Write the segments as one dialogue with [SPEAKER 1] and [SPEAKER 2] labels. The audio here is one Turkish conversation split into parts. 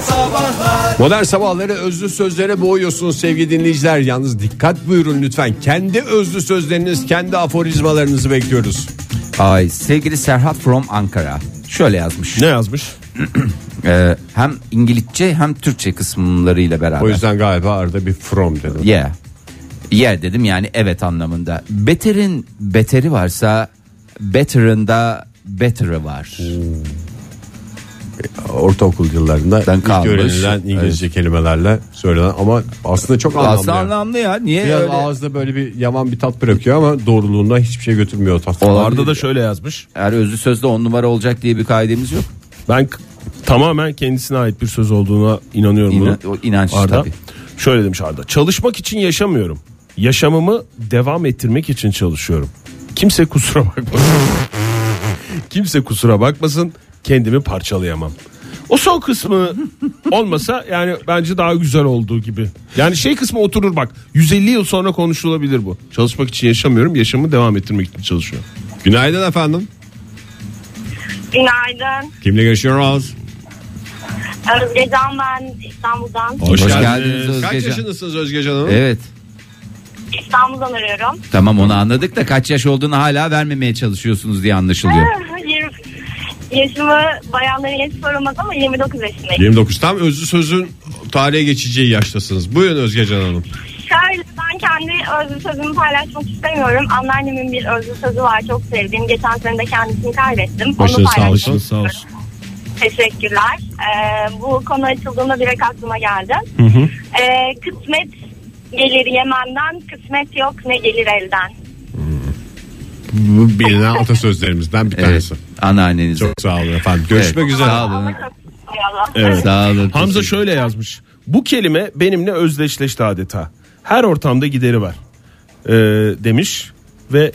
[SPEAKER 1] sabahlar
[SPEAKER 2] Modern sabahları özlü sözlere boğuyorsunuz sevgili dinleyiciler. Yalnız dikkat buyurun lütfen. Kendi özlü sözleriniz, kendi aforizmalarınızı bekliyoruz.
[SPEAKER 3] Ay sevgili Serhat from Ankara şöyle yazmış.
[SPEAKER 2] Ne yazmış?
[SPEAKER 3] Ee, hem İngilizce hem Türkçe kısımlarıyla beraber.
[SPEAKER 2] O yüzden galiba arada bir from dedim.
[SPEAKER 3] Yeah. Yeah dedim yani evet anlamında. Beter'in beteri varsa better'ın da better'ı var.
[SPEAKER 2] Ortaokul yıllarında
[SPEAKER 3] Ben
[SPEAKER 2] ilk
[SPEAKER 3] kalmış.
[SPEAKER 2] öğrenilen İngilizce kelimelerle söylenen ama aslında çok anlamlı.
[SPEAKER 3] Aslında
[SPEAKER 2] yani.
[SPEAKER 3] anlamlı ya. Niye
[SPEAKER 2] Biraz
[SPEAKER 3] öyle?
[SPEAKER 2] ağızda böyle bir yavan bir tat bırakıyor ama doğruluğundan hiçbir şey götürmüyor o tat.
[SPEAKER 3] Olabilir.
[SPEAKER 1] Arda da şöyle yazmış
[SPEAKER 3] Eğer özlü sözde on numara olacak diye bir kaidemiz yok.
[SPEAKER 1] Ben k- tamamen kendisine ait bir söz olduğuna inanıyorum
[SPEAKER 3] İna,
[SPEAKER 1] bunu.
[SPEAKER 3] o inanç
[SPEAKER 1] Arda
[SPEAKER 3] tabii.
[SPEAKER 1] şöyle demiş Arda. Çalışmak için yaşamıyorum. Yaşamımı devam ettirmek için çalışıyorum. Kimse kusura bakmasın. Kimse kusura bakmasın. Kendimi parçalayamam. O son kısmı olmasa yani bence daha güzel olduğu gibi. Yani şey kısmı oturur bak. 150 yıl sonra konuşulabilir bu. Çalışmak için yaşamıyorum. Yaşamı devam ettirmek için çalışıyorum.
[SPEAKER 2] Günaydın efendim.
[SPEAKER 4] Günaydın.
[SPEAKER 2] Kimle görüşüyoruz?
[SPEAKER 4] Özgecan ben İstanbul'dan.
[SPEAKER 3] Hoş geldiniz Özge
[SPEAKER 2] Kaç
[SPEAKER 3] Can.
[SPEAKER 2] yaşındasınız Özge Hanım?
[SPEAKER 3] Evet.
[SPEAKER 4] İstanbul'dan arıyorum.
[SPEAKER 3] Tamam onu anladık da kaç yaş olduğunu hala vermemeye çalışıyorsunuz diye anlaşılıyor.
[SPEAKER 4] Yirmi- Yaşımı bayanların yaşı sorulmaz ama 29 yaşındayım.
[SPEAKER 2] 29 tam özlü sözün tarihe geçeceği yaştasınız. Buyurun Özge Can Hanım.
[SPEAKER 4] Şöyle ben kendi özlü sözümü paylaşmak istemiyorum. Anneannemin bir özlü sözü var çok sevdiğim. Geçen sene de kendisini kaybettim.
[SPEAKER 1] Başınız sağ
[SPEAKER 4] paylaşmak
[SPEAKER 1] olsun.
[SPEAKER 4] istiyorum. Teşekkürler. Ee, bu konu açıldığında direkt aklıma geldi. Ee, kısmet gelir Yemen'den, kısmet yok ne gelir elden.
[SPEAKER 2] Bu bilinen atasözlerimizden bir tanesi.
[SPEAKER 3] Evet. Anneannenize.
[SPEAKER 2] Çok sağ olun efendim. Görüşmek
[SPEAKER 3] Evet,
[SPEAKER 2] üzere.
[SPEAKER 3] Sağ olun.
[SPEAKER 1] Evet.
[SPEAKER 3] Sağ olun.
[SPEAKER 1] Hamza şöyle yazmış. Bu kelime benimle özdeşleşti adeta. Her ortamda gideri var. Ee, demiş ve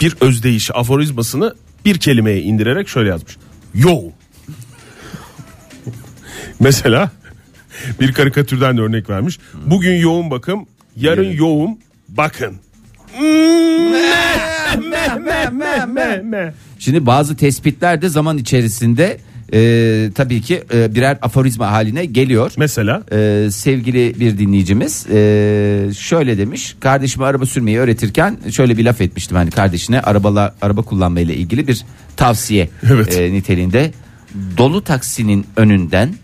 [SPEAKER 1] bir özdeyiş aforizmasını bir kelimeye indirerek şöyle yazmış. Yo. Mesela bir karikatürden de örnek vermiş. Bugün yoğun bakım, yarın yoğun bakın.
[SPEAKER 3] Şimdi bazı tespitler de zaman içerisinde e, tabii ki e, birer aforizma haline geliyor.
[SPEAKER 1] Mesela
[SPEAKER 3] E, sevgili bir dinleyicimiz e, şöyle demiş. Kardeşime araba sürmeyi öğretirken şöyle bir laf etmiştim hani kardeşine arabala araba kullanmayla ilgili bir tavsiye
[SPEAKER 1] Evet.
[SPEAKER 3] e, niteliğinde. Dolu taksinin önünden,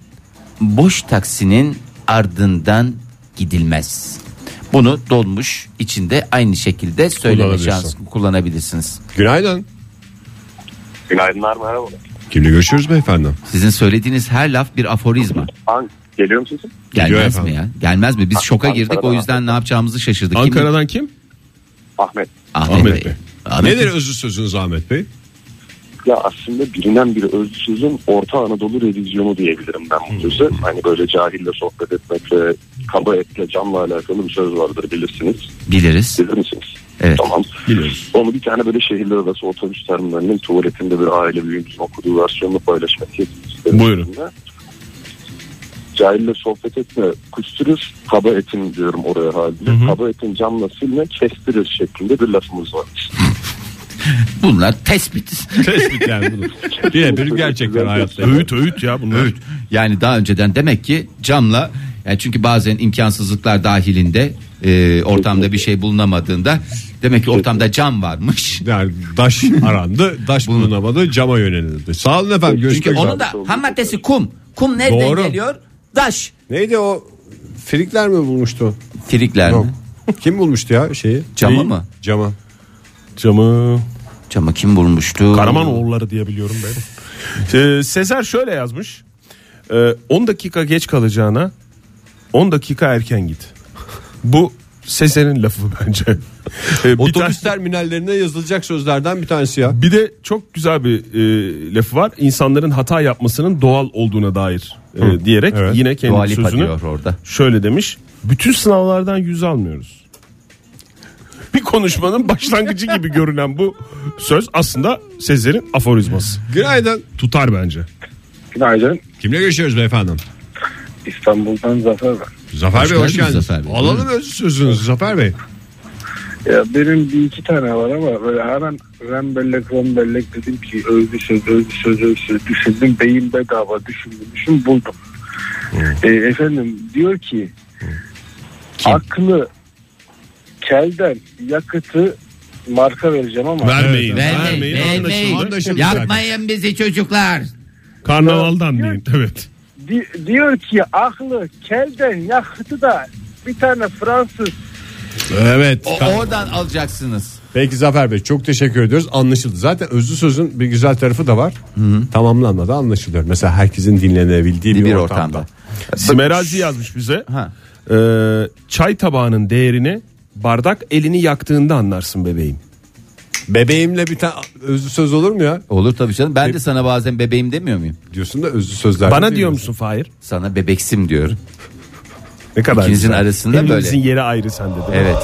[SPEAKER 3] boş taksinin ardından gidilmez. Bunu dolmuş içinde aynı şekilde söyleme
[SPEAKER 2] Kullanabilirsin.
[SPEAKER 3] şansı kullanabilirsiniz.
[SPEAKER 2] Günaydın.
[SPEAKER 5] Günaydınlar merhaba.
[SPEAKER 2] Kimle görüşüyoruz beyefendi?
[SPEAKER 3] Sizin söylediğiniz her laf bir aforizma.
[SPEAKER 5] An geliyor musun?
[SPEAKER 2] Gidiyor
[SPEAKER 3] Gelmez
[SPEAKER 2] efendim. Ah,
[SPEAKER 3] mi ya? Gelmez mi? Biz şoka girdik o
[SPEAKER 5] Ankara'dan.
[SPEAKER 3] yüzden ne yapacağımızı şaşırdık. Kim-
[SPEAKER 1] Ankara'dan kim?
[SPEAKER 5] Ahmet.
[SPEAKER 3] Ahmet,
[SPEAKER 2] Ahmet Bey.
[SPEAKER 3] Bey. Ahmet
[SPEAKER 2] Nedir
[SPEAKER 3] Bey.
[SPEAKER 2] özlü sözünüz Ahmet Bey?
[SPEAKER 5] Ya aslında bilinen bir özlü sözün Orta Anadolu revizyonu diyebilirim ben bu sözü. Hani böyle cahille sohbet etmek ve kaba etle canla alakalı bir söz vardır bilirsiniz.
[SPEAKER 3] Biliriz.
[SPEAKER 5] Bilir misiniz?
[SPEAKER 3] Evet.
[SPEAKER 5] Tamam.
[SPEAKER 2] Biliyoruz.
[SPEAKER 5] Onu bir tane böyle şehirler arası otobüs terminalinin tuvaletinde bir aile büyüğümüzün okuduğu versiyonunu paylaşmak istedim.
[SPEAKER 1] Buyurun.
[SPEAKER 5] Aslında. Cahille sohbet etme kusturuyor kaba etin diyorum oraya haliyle. Kaba etin canla silme kestirir şeklinde bir lafımız var.
[SPEAKER 3] Bunlar tespit.
[SPEAKER 2] Tespit yani bunu. Birebir gerçekten hayatta.
[SPEAKER 1] Öğüt öğüt ya bunlar.
[SPEAKER 3] Yani daha önceden demek ki camla yani çünkü bazen imkansızlıklar dahilinde e, ortamda bir şey bulunamadığında demek ki ortamda cam varmış.
[SPEAKER 2] Yani daş arandı, daş bulunamadı, cama yönelildi. Sağ olun efendim. Görüşmek
[SPEAKER 3] Çünkü
[SPEAKER 2] üzere.
[SPEAKER 3] onun da ham maddesi kum. Kum nereden
[SPEAKER 2] Doğru.
[SPEAKER 3] geliyor? Daş.
[SPEAKER 2] Neydi o? Frikler mi bulmuştu?
[SPEAKER 3] Frikler
[SPEAKER 2] Yok.
[SPEAKER 3] mi?
[SPEAKER 2] Kim bulmuştu ya şeyi?
[SPEAKER 3] Camı
[SPEAKER 2] Neyi?
[SPEAKER 3] mı?
[SPEAKER 2] Camı.
[SPEAKER 1] Camı
[SPEAKER 3] Camı kim bulmuştu?
[SPEAKER 1] Karamanoğulları diye biliyorum ben. Ee, Sezer şöyle yazmış. Ee, 10 dakika geç kalacağına 10 dakika erken git. Bu Sezer'in lafı bence. Ee, bir, tane-
[SPEAKER 2] Otobüs terminallerine yazılacak sözlerden bir tanesi ya.
[SPEAKER 1] bir de çok güzel bir e, lafı var. İnsanların hata yapmasının doğal olduğuna dair e, diyerek
[SPEAKER 2] evet.
[SPEAKER 1] yine kendi
[SPEAKER 3] Dua Lipa
[SPEAKER 1] sözünü
[SPEAKER 3] diyor orada.
[SPEAKER 1] şöyle demiş. Bütün sınavlardan yüz almıyoruz. Bir konuşmanın başlangıcı gibi görünen bu söz aslında Sezer'in aforizması.
[SPEAKER 2] Günaydın.
[SPEAKER 1] Tutar bence.
[SPEAKER 6] Günaydın.
[SPEAKER 2] Kimle görüşüyoruz beyefendim?
[SPEAKER 6] İstanbul'dan Zafer ben.
[SPEAKER 2] Zafer
[SPEAKER 3] Hoş
[SPEAKER 2] Bey hoş
[SPEAKER 3] geldiniz
[SPEAKER 2] geldiniz.
[SPEAKER 3] Zafer Bey.
[SPEAKER 2] Alalım özlü sözünüzü Zafer Bey.
[SPEAKER 6] Ya benim bir iki tane var ama böyle hemen rembellek rembellek dedim ki özlü söz özlü söz özlü söz düşündüm beyin bedava düşündüm düşün buldum. E, efendim diyor ki aklı kelden yakıtı marka vereceğim ama
[SPEAKER 1] Vermeyin.
[SPEAKER 7] Evet, evet.
[SPEAKER 1] vermeyin.
[SPEAKER 7] Vermeyin,
[SPEAKER 1] Anlaşıldı.
[SPEAKER 7] vermeyin.
[SPEAKER 1] Anlaşıldı.
[SPEAKER 7] Yapmayın bizi çocuklar.
[SPEAKER 1] Karnavaldan deyin. Evet.
[SPEAKER 6] Di- diyor ki aklı kelden yakıtı da bir tane Fransız
[SPEAKER 2] Evet.
[SPEAKER 3] O- oradan alacaksınız.
[SPEAKER 2] Peki Zafer Bey çok teşekkür ediyoruz. Anlaşıldı. Zaten özlü sözün bir güzel tarafı da var. Tamamlanmadı anlaşılıyor. Mesela herkesin dinlenebildiği bir,
[SPEAKER 3] bir
[SPEAKER 2] ortamda.
[SPEAKER 3] ortamda.
[SPEAKER 1] Simerazi yazmış bize.
[SPEAKER 3] Ha.
[SPEAKER 1] Ee, çay tabağının değerini bardak elini yaktığında anlarsın bebeğim.
[SPEAKER 2] Bebeğimle bir tane özlü söz olur mu ya?
[SPEAKER 3] Olur tabii canım. Ben de sana bazen bebeğim demiyor muyum?
[SPEAKER 2] Diyorsun da özlü sözler.
[SPEAKER 1] Bana diyor
[SPEAKER 2] duyuyorsun.
[SPEAKER 1] musun Fahir?
[SPEAKER 3] Sana bebeksim diyorum.
[SPEAKER 1] Ne kadar
[SPEAKER 3] İkinizin
[SPEAKER 1] güzel.
[SPEAKER 3] arasında
[SPEAKER 1] Evinizin
[SPEAKER 3] böyle.
[SPEAKER 1] yeri ayrı sende de.
[SPEAKER 3] Evet.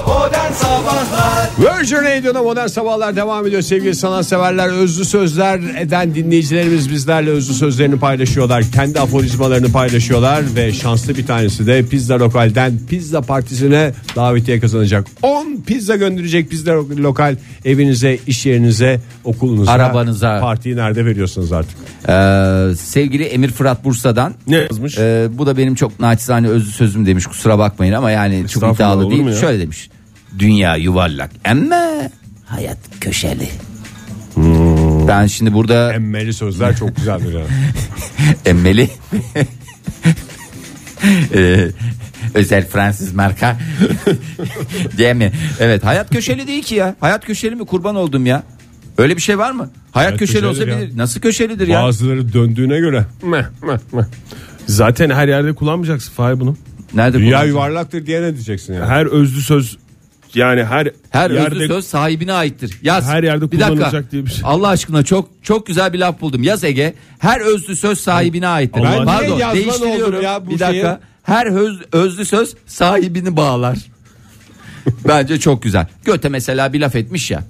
[SPEAKER 2] Virgin Radio'da modern sabahlar devam ediyor sevgili sanatseverler. Özlü sözler eden dinleyicilerimiz bizlerle özlü sözlerini paylaşıyorlar. Kendi aforizmalarını paylaşıyorlar ve şanslı bir tanesi de Pizza Lokal'den pizza partisine davetiye kazanacak. 10 pizza gönderecek Pizza Lokal evinize, iş yerinize, okulunuza,
[SPEAKER 3] Arabanıza.
[SPEAKER 2] Partiyi nerede veriyorsunuz artık?
[SPEAKER 3] Ee, sevgili Emir Fırat Bursa'dan.
[SPEAKER 1] Ne yazmış?
[SPEAKER 3] Ee, bu da benim çok naçizane özlü sözüm demiş kusura bakmayın ama yani çok
[SPEAKER 1] Estağfurullah,
[SPEAKER 3] iddialı
[SPEAKER 1] olur mu
[SPEAKER 3] değil.
[SPEAKER 1] ya?
[SPEAKER 3] Şöyle demiş. Dünya yuvarlak ama hayat köşeli.
[SPEAKER 1] Hmm.
[SPEAKER 3] Ben şimdi burada
[SPEAKER 2] Emmeli sözler çok güzeldir. ya.
[SPEAKER 3] emmeli Ee, özel Fransız marka değil mi? Evet hayat köşeli değil ki ya. Hayat köşeli mi kurban oldum ya. Öyle bir şey var mı? Hayat,
[SPEAKER 2] Hayat
[SPEAKER 3] köşeli olsa
[SPEAKER 2] köşelidir ya.
[SPEAKER 3] bilir. Nasıl köşelidir ya?
[SPEAKER 2] Bazıları döndüğüne göre.
[SPEAKER 1] Zaten her yerde kullanmayacaksın Fahir bunu.
[SPEAKER 3] Nerede
[SPEAKER 2] Dünya
[SPEAKER 3] kullanacağım?
[SPEAKER 2] yuvarlaktır diye ne diyeceksin yani?
[SPEAKER 1] Her özlü söz yani her
[SPEAKER 3] Her
[SPEAKER 1] yerde
[SPEAKER 3] özlü söz sahibine aittir. Yaz.
[SPEAKER 1] Her yerde
[SPEAKER 3] bir dakika.
[SPEAKER 1] kullanılacak diye bir şey.
[SPEAKER 3] Allah aşkına çok çok güzel bir laf buldum. Yaz Ege. Her özlü söz sahibine aittir.
[SPEAKER 1] Ben niye
[SPEAKER 3] Pardon
[SPEAKER 2] yazman
[SPEAKER 3] değiştiriyorum.
[SPEAKER 2] oldum ya bu
[SPEAKER 3] bir dakika.
[SPEAKER 2] şeye?
[SPEAKER 3] Her öz- özlü söz sahibini bağlar. Bence çok güzel. Göte mesela bir laf etmiş ya.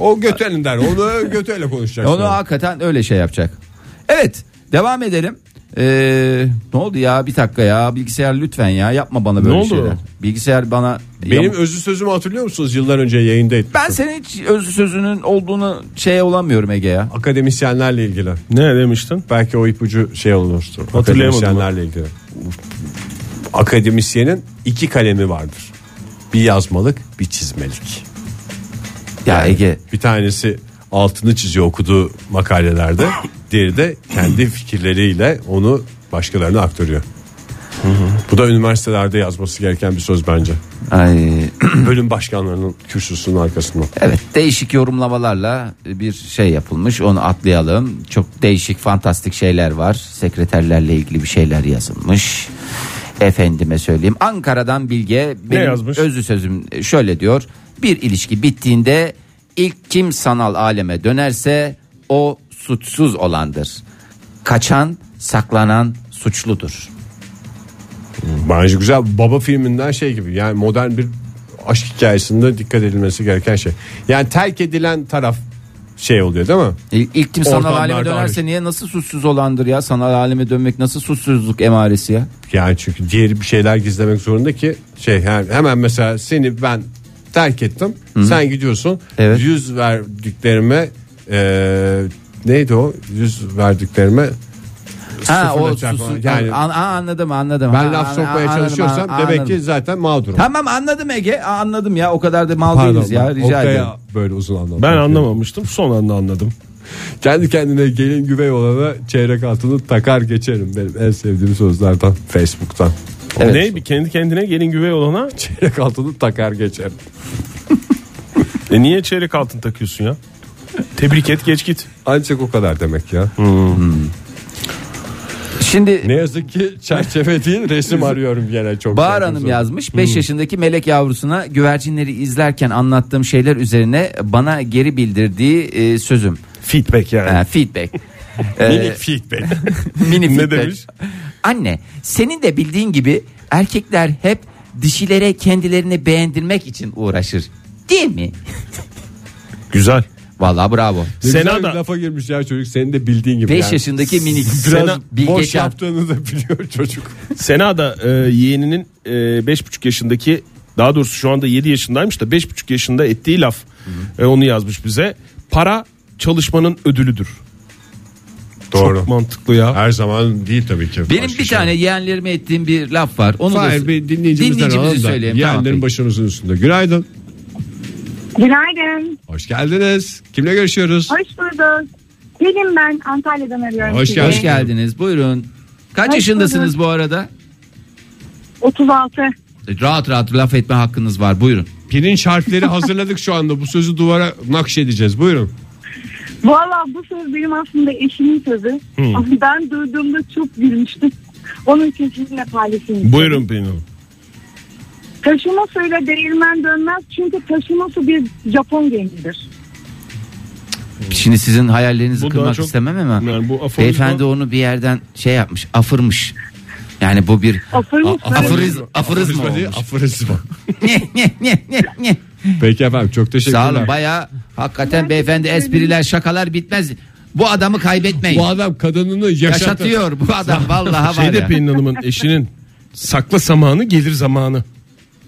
[SPEAKER 2] O götelim der. Onu göteyle konuşacaksın.
[SPEAKER 3] Onu hakikaten öyle şey yapacak. Evet devam edelim. Ee, ne oldu ya bir dakika ya bilgisayar lütfen ya yapma bana böyle
[SPEAKER 1] Ne oldu?
[SPEAKER 3] şeyler. Bilgisayar bana
[SPEAKER 2] Benim özlü sözümü hatırlıyor musunuz yıllar önce yayındaydım.
[SPEAKER 3] ben senin hiç özlü sözünün olduğunu şey olamıyorum Ege ya.
[SPEAKER 2] Akademisyenlerle ilgili.
[SPEAKER 1] Ne demiştin?
[SPEAKER 2] Belki o ipucu şey olmuştur.
[SPEAKER 1] Hatırlayamadım
[SPEAKER 2] Akademisyenlerle ilgili. Akademisyenin iki kalemi vardır. Bir yazmalık bir çizmelik.
[SPEAKER 3] Ya Ege
[SPEAKER 2] Bir tanesi altını çiziyor okuduğu makalelerde. Diğeri de kendi fikirleriyle onu başkalarına aktarıyor. Bu da üniversitelerde yazması gereken bir söz bence.
[SPEAKER 3] Ay,
[SPEAKER 2] Bölüm başkanlarının kürsüsünün arkasında.
[SPEAKER 3] evet değişik yorumlamalarla bir şey yapılmış onu atlayalım. Çok değişik fantastik şeyler var. Sekreterlerle ilgili bir şeyler yazılmış. Efendime söyleyeyim. Ankara'dan Bilge benim
[SPEAKER 1] yazmış?
[SPEAKER 3] özlü sözüm şöyle diyor. Bir ilişki bittiğinde ilk kim sanal aleme dönerse o suçsuz olandır. Kaçan, saklanan suçludur.
[SPEAKER 2] Bence güzel baba filminden şey gibi yani modern bir aşk hikayesinde dikkat edilmesi gereken şey. Yani terk edilen taraf şey oluyor değil mi?
[SPEAKER 3] İl- İlk kim sanal
[SPEAKER 2] Ortamlarda şey.
[SPEAKER 3] aleme dönerse
[SPEAKER 2] hariç.
[SPEAKER 3] niye nasıl suçsuz olandır ya? Sanal aleme dönmek nasıl suçsuzluk emaresi ya?
[SPEAKER 2] Yani çünkü diğeri bir şeyler gizlemek zorunda ki şey yani hemen mesela seni ben terk ettim. Sen gidiyorsun.
[SPEAKER 3] Evet.
[SPEAKER 2] Yüz verdiklerime eee, neydi o? Yüz verdiklerime
[SPEAKER 3] Ha
[SPEAKER 2] sıfırla
[SPEAKER 3] o
[SPEAKER 2] çarpma.
[SPEAKER 3] suçsuz.
[SPEAKER 2] Yani-
[SPEAKER 3] An- an- anladım anladım.
[SPEAKER 2] ben
[SPEAKER 3] Ha,
[SPEAKER 2] laf
[SPEAKER 3] an-
[SPEAKER 2] sokmaya
[SPEAKER 3] anladım,
[SPEAKER 2] çalışıyorsam
[SPEAKER 3] an-
[SPEAKER 2] demek
[SPEAKER 3] anladım.
[SPEAKER 2] ki zaten mağdurum.
[SPEAKER 3] Tamam anladım Ege Aa, anladım ya o kadar da mal değiliz ya rica
[SPEAKER 2] Oktay'a
[SPEAKER 3] ederim.
[SPEAKER 2] böyle uzun anladım.
[SPEAKER 1] Ben anlamamıştım. Son anda anladım.
[SPEAKER 2] Kendi kendine gelin güvey olana çeyrek altını takar geçerim benim en sevdiğim sözlerden Facebook'tan.
[SPEAKER 3] Evet.
[SPEAKER 1] Ne? Bir kendi kendine gelin güvey olana.
[SPEAKER 2] Çeyrek altını takar geçerim.
[SPEAKER 1] E niye çeyrek altın takıyorsun ya? Tebrik et geç git.
[SPEAKER 2] Ancak o kadar demek ya.
[SPEAKER 3] Şimdi
[SPEAKER 2] Ne yazık ki çerçeve değil resim arıyorum gene çok.
[SPEAKER 3] Bahar
[SPEAKER 2] çok
[SPEAKER 3] Hanım
[SPEAKER 2] uzun.
[SPEAKER 3] yazmış 5 yaşındaki melek yavrusuna güvercinleri izlerken anlattığım şeyler üzerine bana geri bildirdiği e, sözüm.
[SPEAKER 1] Feedback yani.
[SPEAKER 3] Ha, feedback. Ee,
[SPEAKER 1] Minik feedback.
[SPEAKER 3] mini
[SPEAKER 1] Ne
[SPEAKER 3] feedback.
[SPEAKER 1] demiş?
[SPEAKER 3] Anne senin de bildiğin gibi erkekler hep dişilere kendilerini beğendirmek için uğraşır. Değil mi?
[SPEAKER 1] Güzel.
[SPEAKER 3] Vallahi bravo.
[SPEAKER 2] Ne güzel
[SPEAKER 1] Sena
[SPEAKER 2] bir
[SPEAKER 1] da-
[SPEAKER 2] lafa girmiş ya çocuk senin de bildiğin gibi.
[SPEAKER 3] 5
[SPEAKER 2] yani.
[SPEAKER 3] yaşındaki minik
[SPEAKER 2] Biraz
[SPEAKER 3] Sena Bilge
[SPEAKER 2] boş
[SPEAKER 3] Can.
[SPEAKER 2] yaptığını da biliyor çocuk.
[SPEAKER 1] Sena da e, yeğeninin e, 5,5 yaşındaki daha doğrusu şu anda 7 yaşındaymış da 5,5 yaşında ettiği laf. E, onu yazmış bize. Para çalışmanın ödülüdür.
[SPEAKER 2] Doğru.
[SPEAKER 1] Çok mantıklı ya.
[SPEAKER 2] Her zaman değil tabii ki.
[SPEAKER 3] Benim
[SPEAKER 2] Başka
[SPEAKER 3] bir
[SPEAKER 2] şey.
[SPEAKER 3] tane yeğenlerime ettiğim bir laf var. Onu
[SPEAKER 2] Hayır
[SPEAKER 3] da
[SPEAKER 2] bir dinleyicimizden alalım
[SPEAKER 3] dinleyicimizi
[SPEAKER 2] da.
[SPEAKER 3] söyleyelim.
[SPEAKER 2] Yeğenlerin
[SPEAKER 3] Tamam, peki.
[SPEAKER 2] başımızın üstünde. Günaydın.
[SPEAKER 4] Günaydın.
[SPEAKER 2] Hoş geldiniz. Kimle görüşüyoruz?
[SPEAKER 4] Hoş bulduk. Gelin ben Antalya'dan arıyorum
[SPEAKER 2] Hoş
[SPEAKER 4] sizi.
[SPEAKER 2] geldin.
[SPEAKER 3] Hoş geldiniz. Buyurun. Kaç
[SPEAKER 4] Hoş
[SPEAKER 3] yaşındasınız bu arada?
[SPEAKER 4] 36.
[SPEAKER 3] Rahat rahat laf etme hakkınız var. Buyurun.
[SPEAKER 2] Pirinç harfleri hazırladık şu anda. Bu sözü duvara nakşedeceğiz. Buyurun.
[SPEAKER 4] Valla bu söz benim aslında eşimin sözü. Ama Ben duyduğumda çok gülmüştüm. Onun için sizinle paylaşayım.
[SPEAKER 1] Buyurun Pelin Hanım.
[SPEAKER 4] Taşıma suyla değirmen dönmez çünkü taşıma su bir Japon gemidir.
[SPEAKER 3] Şimdi sizin hayallerinizi
[SPEAKER 1] Hmm. Bu daha
[SPEAKER 3] kırmak
[SPEAKER 1] çok-
[SPEAKER 3] istemem ama
[SPEAKER 1] Yani bu aforizma-
[SPEAKER 3] beyefendi onu bir yerden şey yapmış. Afırmış. Yani bu bir
[SPEAKER 4] Afırmış
[SPEAKER 3] A-
[SPEAKER 4] mı?
[SPEAKER 3] afırız, afırızma
[SPEAKER 2] Aforizma değil,
[SPEAKER 3] olmuş.
[SPEAKER 2] aforizma.
[SPEAKER 3] Ne, ne, ne, ne, ne.
[SPEAKER 2] Peki efendim çok teşekkürler.
[SPEAKER 3] Sağ olun baya hakikaten beyefendi espriler şakalar bitmez. Bu adamı kaybetmeyin.
[SPEAKER 2] Bu adam kadınını yaşatıyor.
[SPEAKER 3] Yaşatıyor bu adam vallahi var
[SPEAKER 1] Şey de
[SPEAKER 3] ya.
[SPEAKER 1] Pelin Hanım'ın eşinin sakla samanı gelir zamanı.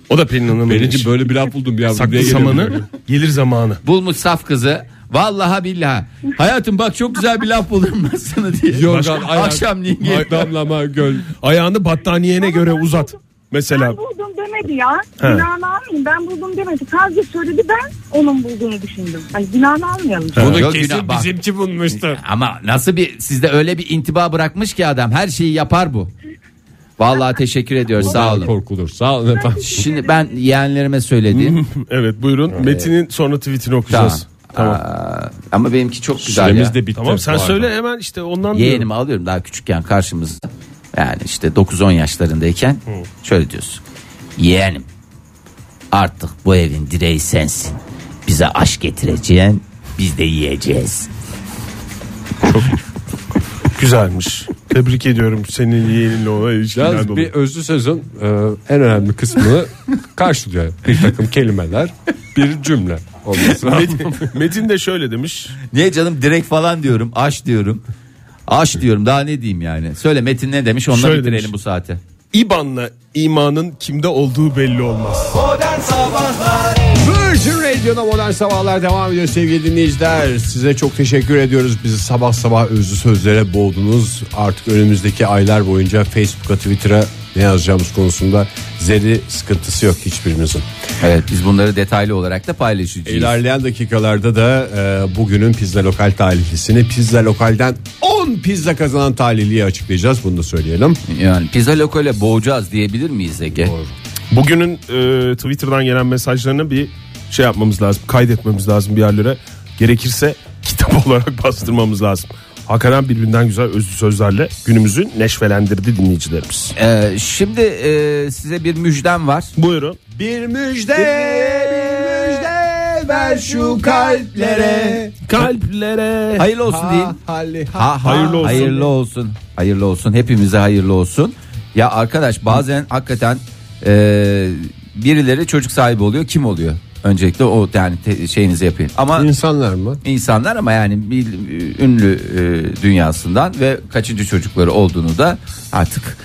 [SPEAKER 1] O da Pelin Hanım'ın
[SPEAKER 2] Belinci
[SPEAKER 1] eşi.
[SPEAKER 2] böyle bir laf buldum ya.
[SPEAKER 1] Sakla
[SPEAKER 2] Buraya
[SPEAKER 1] samanı
[SPEAKER 2] gelemiyorum.
[SPEAKER 1] gelir zamanı.
[SPEAKER 3] Bulmuş saf kızı. Vallahi billahi. Hayatım bak çok güzel bir laf buldum ben sana diye.
[SPEAKER 2] Yorgan,
[SPEAKER 3] Başka-
[SPEAKER 2] ayak,
[SPEAKER 3] Akşamleyin gel.
[SPEAKER 2] ay- Damlama göl.
[SPEAKER 1] Ayağını battaniyene göre uzat. Mesela
[SPEAKER 4] Ben buldum demedi ya.
[SPEAKER 1] He.
[SPEAKER 4] Günahını almayayım ben buldum demedi. Sadece söyledi ben onun bulduğunu düşündüm. Hani günahını almayalım.
[SPEAKER 3] Bunu
[SPEAKER 2] Bunu
[SPEAKER 3] Yok,
[SPEAKER 2] kesin
[SPEAKER 3] günah bak.
[SPEAKER 2] bizimki bulmuştu.
[SPEAKER 3] Ama nasıl bir sizde öyle bir intiba bırakmış ki adam her şeyi yapar bu. Vallahi teşekkür ediyoruz sağ olun.
[SPEAKER 2] Korkulur. Sağ olun efendim.
[SPEAKER 3] Şimdi ben yeğenlerime söyledim.
[SPEAKER 1] evet buyurun. Metin'in sonra tweetini
[SPEAKER 3] tamam.
[SPEAKER 1] okuyacağız. Tamam.
[SPEAKER 3] Aa, ama benimki çok güzel ya.
[SPEAKER 2] Süremiz de bitti.
[SPEAKER 1] Tamam sen
[SPEAKER 2] bu arada.
[SPEAKER 1] söyle hemen işte ondan diyorum.
[SPEAKER 3] Yeğenimi alıyorum daha küçükken karşımızda. Yani işte 9-10 yaşlarındayken şöyle diyorsun. Yeğenim artık bu evin direği sensin. Bize aşk getireceğin biz de yiyeceğiz.
[SPEAKER 1] Güzelmiş. Tebrik ediyorum senin yeğeninle olan ilişkinden
[SPEAKER 2] Yalnız
[SPEAKER 1] dolayı.
[SPEAKER 2] bir özlü sözün e, en önemli kısmını karşılıyor. Bir takım kelimeler, bir cümle. Olması lazım.
[SPEAKER 1] Metin, Metin de şöyle demiş.
[SPEAKER 3] Niye canım direk falan diyorum aş diyorum. Aş diyorum daha ne diyeyim yani. Söyle Metin ne demiş onunla
[SPEAKER 1] Şöyle
[SPEAKER 3] bitirelim
[SPEAKER 1] demiş.
[SPEAKER 3] bu saate.
[SPEAKER 1] İban'la imanın kimde olduğu belli olmaz.
[SPEAKER 2] Virgin Radio'da modern sabahlar devam ediyor sevgili dinleyiciler. Size çok teşekkür ediyoruz. Bizi sabah sabah özlü sözlere boğdunuz. Artık önümüzdeki aylar boyunca Facebook'a, Twitter'a ne yazacağımız konusunda zerre sıkıntısı yok hiçbirimizin.
[SPEAKER 3] Evet biz bunları detaylı olarak da paylaşacağız.
[SPEAKER 2] İlerleyen dakikalarda da e, bugünün pizza lokal talihlisini pizza lokalden 10 pizza kazanan talihliyi açıklayacağız. Bunu da söyleyelim.
[SPEAKER 3] Yani pizza lokale boğacağız diyebilir miyiz Ege?
[SPEAKER 1] Bugünün e, Twitter'dan gelen mesajlarını bir şey yapmamız lazım. Kaydetmemiz lazım bir yerlere. Gerekirse kitap olarak bastırmamız lazım. Hakikaten birbirinden güzel özlü sözlerle günümüzü neşvelendirdi dinleyicilerimiz.
[SPEAKER 3] Ee, şimdi e, size bir müjdem var.
[SPEAKER 1] Buyurun.
[SPEAKER 2] Bir müjde, bir müjde ver şu kalplere.
[SPEAKER 1] Kalplere.
[SPEAKER 3] Hayırlı olsun diyeyim. Ha, ha,
[SPEAKER 1] Hayırlı olsun.
[SPEAKER 3] Hayırlı olsun. Hayırlı olsun. Hepimize hayırlı olsun. Ya arkadaş bazen hakikaten e, birileri çocuk sahibi oluyor. Kim oluyor? Öncelikle o yani te- şeyinizi yapayım. Ama
[SPEAKER 2] İnsanlar mı?
[SPEAKER 3] insanlar ama yani bil- ünlü e, dünyasından ve kaçıncı çocukları olduğunu da artık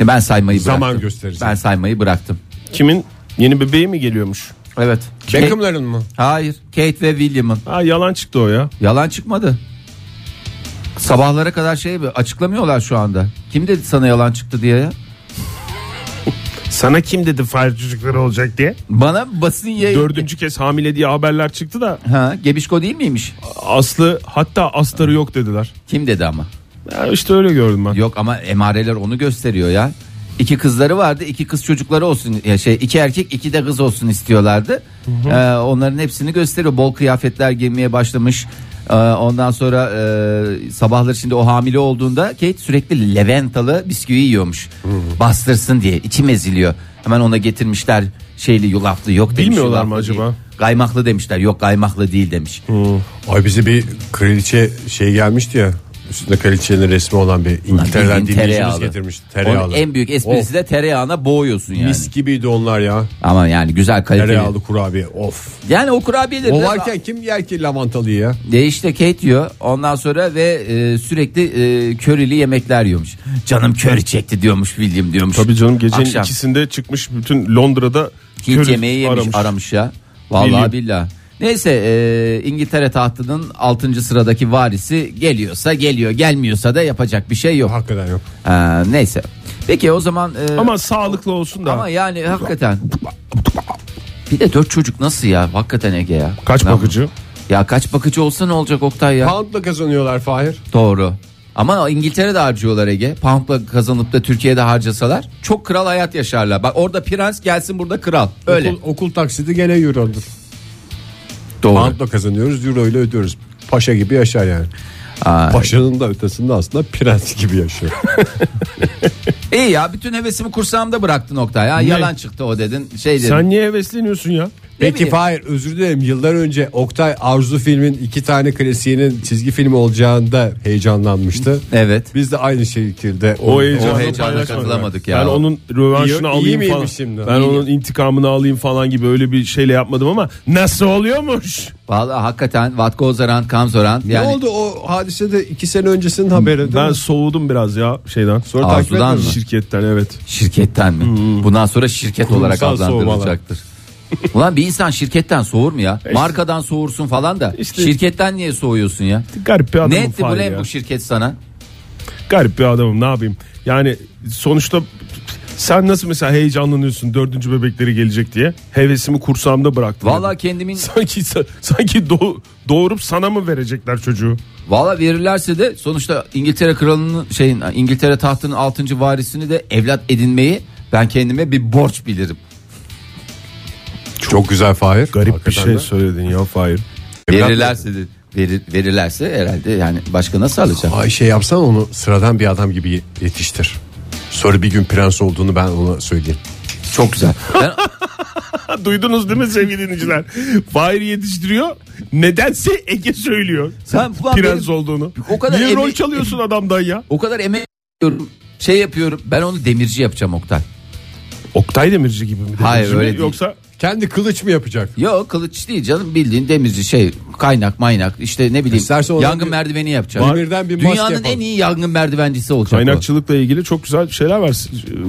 [SPEAKER 3] E, ben saymayı bıraktım.
[SPEAKER 2] Zaman gösterecek.
[SPEAKER 3] Ben saymayı bıraktım.
[SPEAKER 1] Kimin yeni bebeği mi geliyormuş?
[SPEAKER 3] Evet. Kate-
[SPEAKER 2] Beckham'ların mı?
[SPEAKER 3] hayır. Kate ve William'ın.
[SPEAKER 1] Ha yalan çıktı o ya.
[SPEAKER 3] Yalan çıkmadı. Sabahlara kadar şey açıklamıyorlar şu anda. Kim dedi sana yalan çıktı diye ya?
[SPEAKER 1] Sana kim dedi fare çocukları olacak diye?
[SPEAKER 3] Bana basın yayın.
[SPEAKER 1] Dördüncü kez hamile diye haberler çıktı da
[SPEAKER 3] Ha, Gebişko değil miymiş?
[SPEAKER 1] Aslı hatta astarı yok dediler.
[SPEAKER 3] Kim dedi ama?
[SPEAKER 1] Ya işte öyle gördüm ben.
[SPEAKER 3] Yok ama emareler onu gösteriyor ya. İki kızları vardı. iki kız çocukları olsun ya şey iki erkek iki de kız olsun istiyorlardı. Ee, onların hepsini gösteriyor. Bol kıyafetler giymeye başlamış. Ee, ondan sonra e, sabahları şimdi o hamile olduğunda Kate sürekli Leventalı bisküvi yiyormuş. Bastırsın diye içim eziliyor. Hemen ona getirmişler şeyli yulaflı yok demiş.
[SPEAKER 1] Bilmiyorlar mı
[SPEAKER 3] yulaflı
[SPEAKER 1] acaba?
[SPEAKER 3] değil. Kaymaklı demişler. Yok kaymaklı değil demiş.
[SPEAKER 2] Ay bize bir kraliçe şey gelmişti ya. Üstünde kraliçenin resmi olan bir İngiltere'den
[SPEAKER 3] Bildiğin
[SPEAKER 2] dinleyicimiz
[SPEAKER 3] tereyağlı.
[SPEAKER 2] getirmişti.
[SPEAKER 3] Onun
[SPEAKER 2] Tereyağlı.
[SPEAKER 3] en büyük esprisi
[SPEAKER 2] Of,
[SPEAKER 3] de tereyağına boğuyorsun yani.
[SPEAKER 2] Mis gibiydi onlar ya.
[SPEAKER 3] Ama yani güzel kaliteli.
[SPEAKER 2] Tereyağlı kurabiye. Of.
[SPEAKER 3] Yani o kurabiyeleri
[SPEAKER 2] O
[SPEAKER 3] de-
[SPEAKER 2] varken kim yer ki lavantalıyı ya?
[SPEAKER 3] de işte Kate yiyor ondan sonra ve e, sürekli e, körili yemekler yiyormuş. Canım köri çekti diyormuş William diyormuş.
[SPEAKER 1] Tabii canım gecenin
[SPEAKER 3] Akşam.
[SPEAKER 1] ikisinde çıkmış bütün Londra'da
[SPEAKER 3] Hint
[SPEAKER 1] körü
[SPEAKER 3] yemeği yemiş aramış, ya. Vallahi
[SPEAKER 1] William.
[SPEAKER 3] billahi. Neyse e, İngiltere tahtının 6. sıradaki varisi geliyorsa geliyor gelmiyorsa da yapacak bir şey yok.
[SPEAKER 2] Hakikaten yok.
[SPEAKER 3] Ha, neyse. Peki o zaman e,
[SPEAKER 1] Ama sağlıklı olsun da.
[SPEAKER 3] ama yani hakikaten bir de dört çocuk nasıl ya? Hakikaten Ege ya.
[SPEAKER 1] Kaç
[SPEAKER 3] Ben-
[SPEAKER 1] bakıcı?
[SPEAKER 3] Ya kaç bakıcı olsa ne olacak Oktay ya?
[SPEAKER 2] Pound'la kazanıyorlar Fahir.
[SPEAKER 3] Doğru. Ama İngiltere'de harcıyorlar Ege. Pound'la kazanıp da Türkiye'de harcasalar çok kral hayat yaşarlar. Bak orada prens gelsin burada kral. Öyle.
[SPEAKER 2] Okul, okul taksidi gene eurodur.
[SPEAKER 3] Doğru.
[SPEAKER 2] Pound'la kazanıyoruz euro ile ödüyoruz. Paşa gibi yaşar yani.
[SPEAKER 3] Aa,
[SPEAKER 2] Paşanın da ötesinde aslında prens gibi yaşıyor.
[SPEAKER 3] İyi ya bütün hevesimi kursağımda bıraktın Oktay. Ya. Yalan çıktı o dedin. Şey dedin.
[SPEAKER 1] Sen niye hevesleniyorsun ya?
[SPEAKER 2] Peki
[SPEAKER 3] bileyim?
[SPEAKER 2] Fahir özür dilerim yıllar önce Oktay Arzu filmin iki tane klasiğinin çizgi filmi olacağında heyecanlanmıştı.
[SPEAKER 3] Evet.
[SPEAKER 2] Biz de aynı şekilde
[SPEAKER 1] O heyecanla,
[SPEAKER 3] o heyecana
[SPEAKER 1] paylaşmadım.
[SPEAKER 3] katılamadık ya.
[SPEAKER 1] Ben onun rövanşını
[SPEAKER 2] İyi- iyi
[SPEAKER 1] alayım
[SPEAKER 2] miymiş
[SPEAKER 1] falan.
[SPEAKER 2] şimdi?
[SPEAKER 1] Ben
[SPEAKER 2] İyi.
[SPEAKER 1] onun intikamını alayım falan gibi öyle bir şeyle yapmadım ama nasıl oluyormuş?
[SPEAKER 3] Vallahi hakikaten what goes around comes around. Yani
[SPEAKER 2] Ne oldu o hadisede iki sene öncesinin haberi değil
[SPEAKER 1] Ben
[SPEAKER 2] mi?
[SPEAKER 1] soğudum biraz ya şeyden. Sonra
[SPEAKER 3] Arzudan
[SPEAKER 1] takip etmedim.
[SPEAKER 3] mı?
[SPEAKER 1] Şirketten evet.
[SPEAKER 3] Şirketten mi?
[SPEAKER 1] Hmm.
[SPEAKER 3] Bundan sonra şirket olarak adlandırılacaktır. Ulan bir insan şirketten soğur mu ya? Markadan soğursun falan da.
[SPEAKER 1] İşte-
[SPEAKER 3] şirketten niye soğuyorsun ya?
[SPEAKER 1] Garip bir adamım.
[SPEAKER 3] Ne etti bu
[SPEAKER 1] Fahir
[SPEAKER 3] ne
[SPEAKER 1] ya.
[SPEAKER 3] bu şirket sana?
[SPEAKER 1] Garip bir adamım ne yapayım. Yani sonuçta sen nasıl mesela heyecanlanıyorsun dördüncü bebekleri gelecek diye. Hevesimi kursağımda bıraktım.
[SPEAKER 3] Vallahi kendimin
[SPEAKER 1] Sanki sanki doğ- doğurup sana mı verecekler çocuğu?
[SPEAKER 3] Valla verirlerse de sonuçta İngiltere kralının şeyin İngiltere tahtının 6. varisini de evlat edinmeyi ben kendime bir borç bilirim.
[SPEAKER 2] Çok güzel Fahir.
[SPEAKER 1] Garip bir
[SPEAKER 2] Hakikaten
[SPEAKER 1] şey
[SPEAKER 2] de.
[SPEAKER 1] söyledin ya Fahir.
[SPEAKER 3] Verirlerse de verir, verirlerse herhalde yani başka nasıl alacağım?
[SPEAKER 2] Ay şey yapsan onu sıradan bir adam gibi yetiştir. Sonra bir gün prens olduğunu ben ona söyleyeyim.
[SPEAKER 3] Çok güzel. Ben,
[SPEAKER 1] Ha, duydunuz değil mi sevgili dinleyiciler? Fahir yetiştiriyor. Nedense Ege söylüyor.
[SPEAKER 3] Sen ulan
[SPEAKER 1] prens
[SPEAKER 3] benim-
[SPEAKER 1] olduğunu.
[SPEAKER 3] O kadar
[SPEAKER 1] Niye rol
[SPEAKER 3] emek-
[SPEAKER 1] çalıyorsun adamdan ya?
[SPEAKER 3] o kadar emek yapıyorum, şey yapıyorum. Ben onu demirci yapacağım Oktay.
[SPEAKER 1] Oktay Demirci gibi mi? Demirci
[SPEAKER 3] Hayır,
[SPEAKER 1] mi?
[SPEAKER 3] öyle değil.
[SPEAKER 1] Yoksa
[SPEAKER 2] Kendi kılıç mı yapacak?
[SPEAKER 3] Yok kılıç değil canım bildiğin demirci şey kaynak maynak işte ne bileyim
[SPEAKER 2] İsterse ona
[SPEAKER 3] yangın
[SPEAKER 2] bir-
[SPEAKER 3] merdiveni yapacağım.
[SPEAKER 2] Demirden bir maske
[SPEAKER 3] Dünyanın
[SPEAKER 2] yapalım.
[SPEAKER 3] en iyi yangın merdivencisi olacak. Kaynak...
[SPEAKER 1] kaynakçılıkla ilgili çok güzel şeyler var.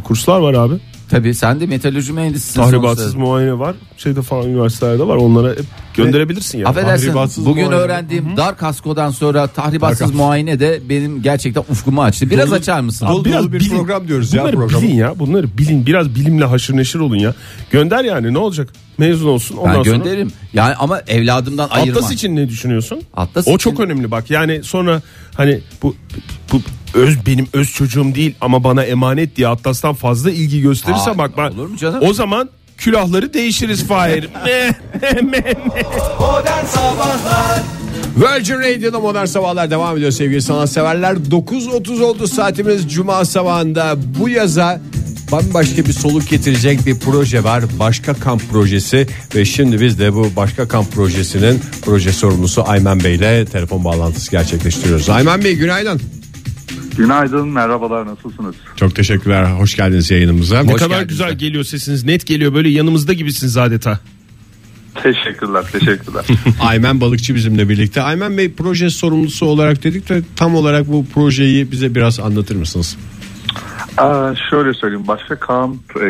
[SPEAKER 1] Kurslar var abi.
[SPEAKER 3] Tabii sen de metalürji mühendisisin.
[SPEAKER 1] Tahribatsız
[SPEAKER 3] sonuçta.
[SPEAKER 1] muayene var. Şeyde falan üniversitelerde var. Onlara hep gönderebilirsin yani.
[SPEAKER 3] Affedersin
[SPEAKER 2] tahribatsız
[SPEAKER 3] bugün
[SPEAKER 2] muayene.
[SPEAKER 3] öğrendiğim dar kaskodan sonra tahribatsız
[SPEAKER 2] Dar kasko.
[SPEAKER 3] muayene de benim gerçekten ufkumu açtı. Biraz açar mısın?
[SPEAKER 1] Abi
[SPEAKER 2] Dolu dolu bir program diyoruz ya
[SPEAKER 1] bunları
[SPEAKER 2] programı.
[SPEAKER 1] bilin ya bunları bilin biraz bilimle haşır neşir olun ya. Gönder yani ne olacak mezun olsun ondan
[SPEAKER 3] ben
[SPEAKER 1] sonra.
[SPEAKER 3] gönderirim. Yani ama evladımdan ayırma.
[SPEAKER 1] Atlas için ne düşünüyorsun?
[SPEAKER 3] Atlas
[SPEAKER 1] o
[SPEAKER 3] için-
[SPEAKER 1] çok önemli bak yani sonra hani bu bu öz benim öz çocuğum değil ama bana emanet diye Atlas'tan fazla ilgi gösterirse
[SPEAKER 3] Aa,
[SPEAKER 1] bak ben
[SPEAKER 3] olur mu canım?
[SPEAKER 1] o zaman külahları değişiriz Fahir. Meh, meh, meh.
[SPEAKER 2] Virgin Radio'da Modern Sabahlar devam ediyor sevgili sanatseverler. 9.30 oldu saatimiz Cuma sabahında. Bu yaza bambaşka bir soluk getirecek bir proje var. Başka Kamp projesi ve şimdi biz de bu Başka Kamp projesinin proje sorumlusu Aymen Bey ile telefon bağlantısı gerçekleştiriyoruz. Aymen Bey günaydın.
[SPEAKER 8] Günaydın, merhabalar, nasılsınız?
[SPEAKER 2] Çok teşekkürler. Hoş geldiniz yayınımıza.
[SPEAKER 1] ne kadar güzel geliyor sesiniz net geliyor böyle yanımızda gibisiniz adeta.
[SPEAKER 8] Teşekkürler, teşekkürler.
[SPEAKER 2] Aymen Balıkçı bizimle birlikte. Aymen Bey proje sorumlusu olarak dedik de tam olarak bu projeyi bize biraz anlatır mısınız?
[SPEAKER 8] Aa, şöyle söyleyeyim, Başka Kamp e,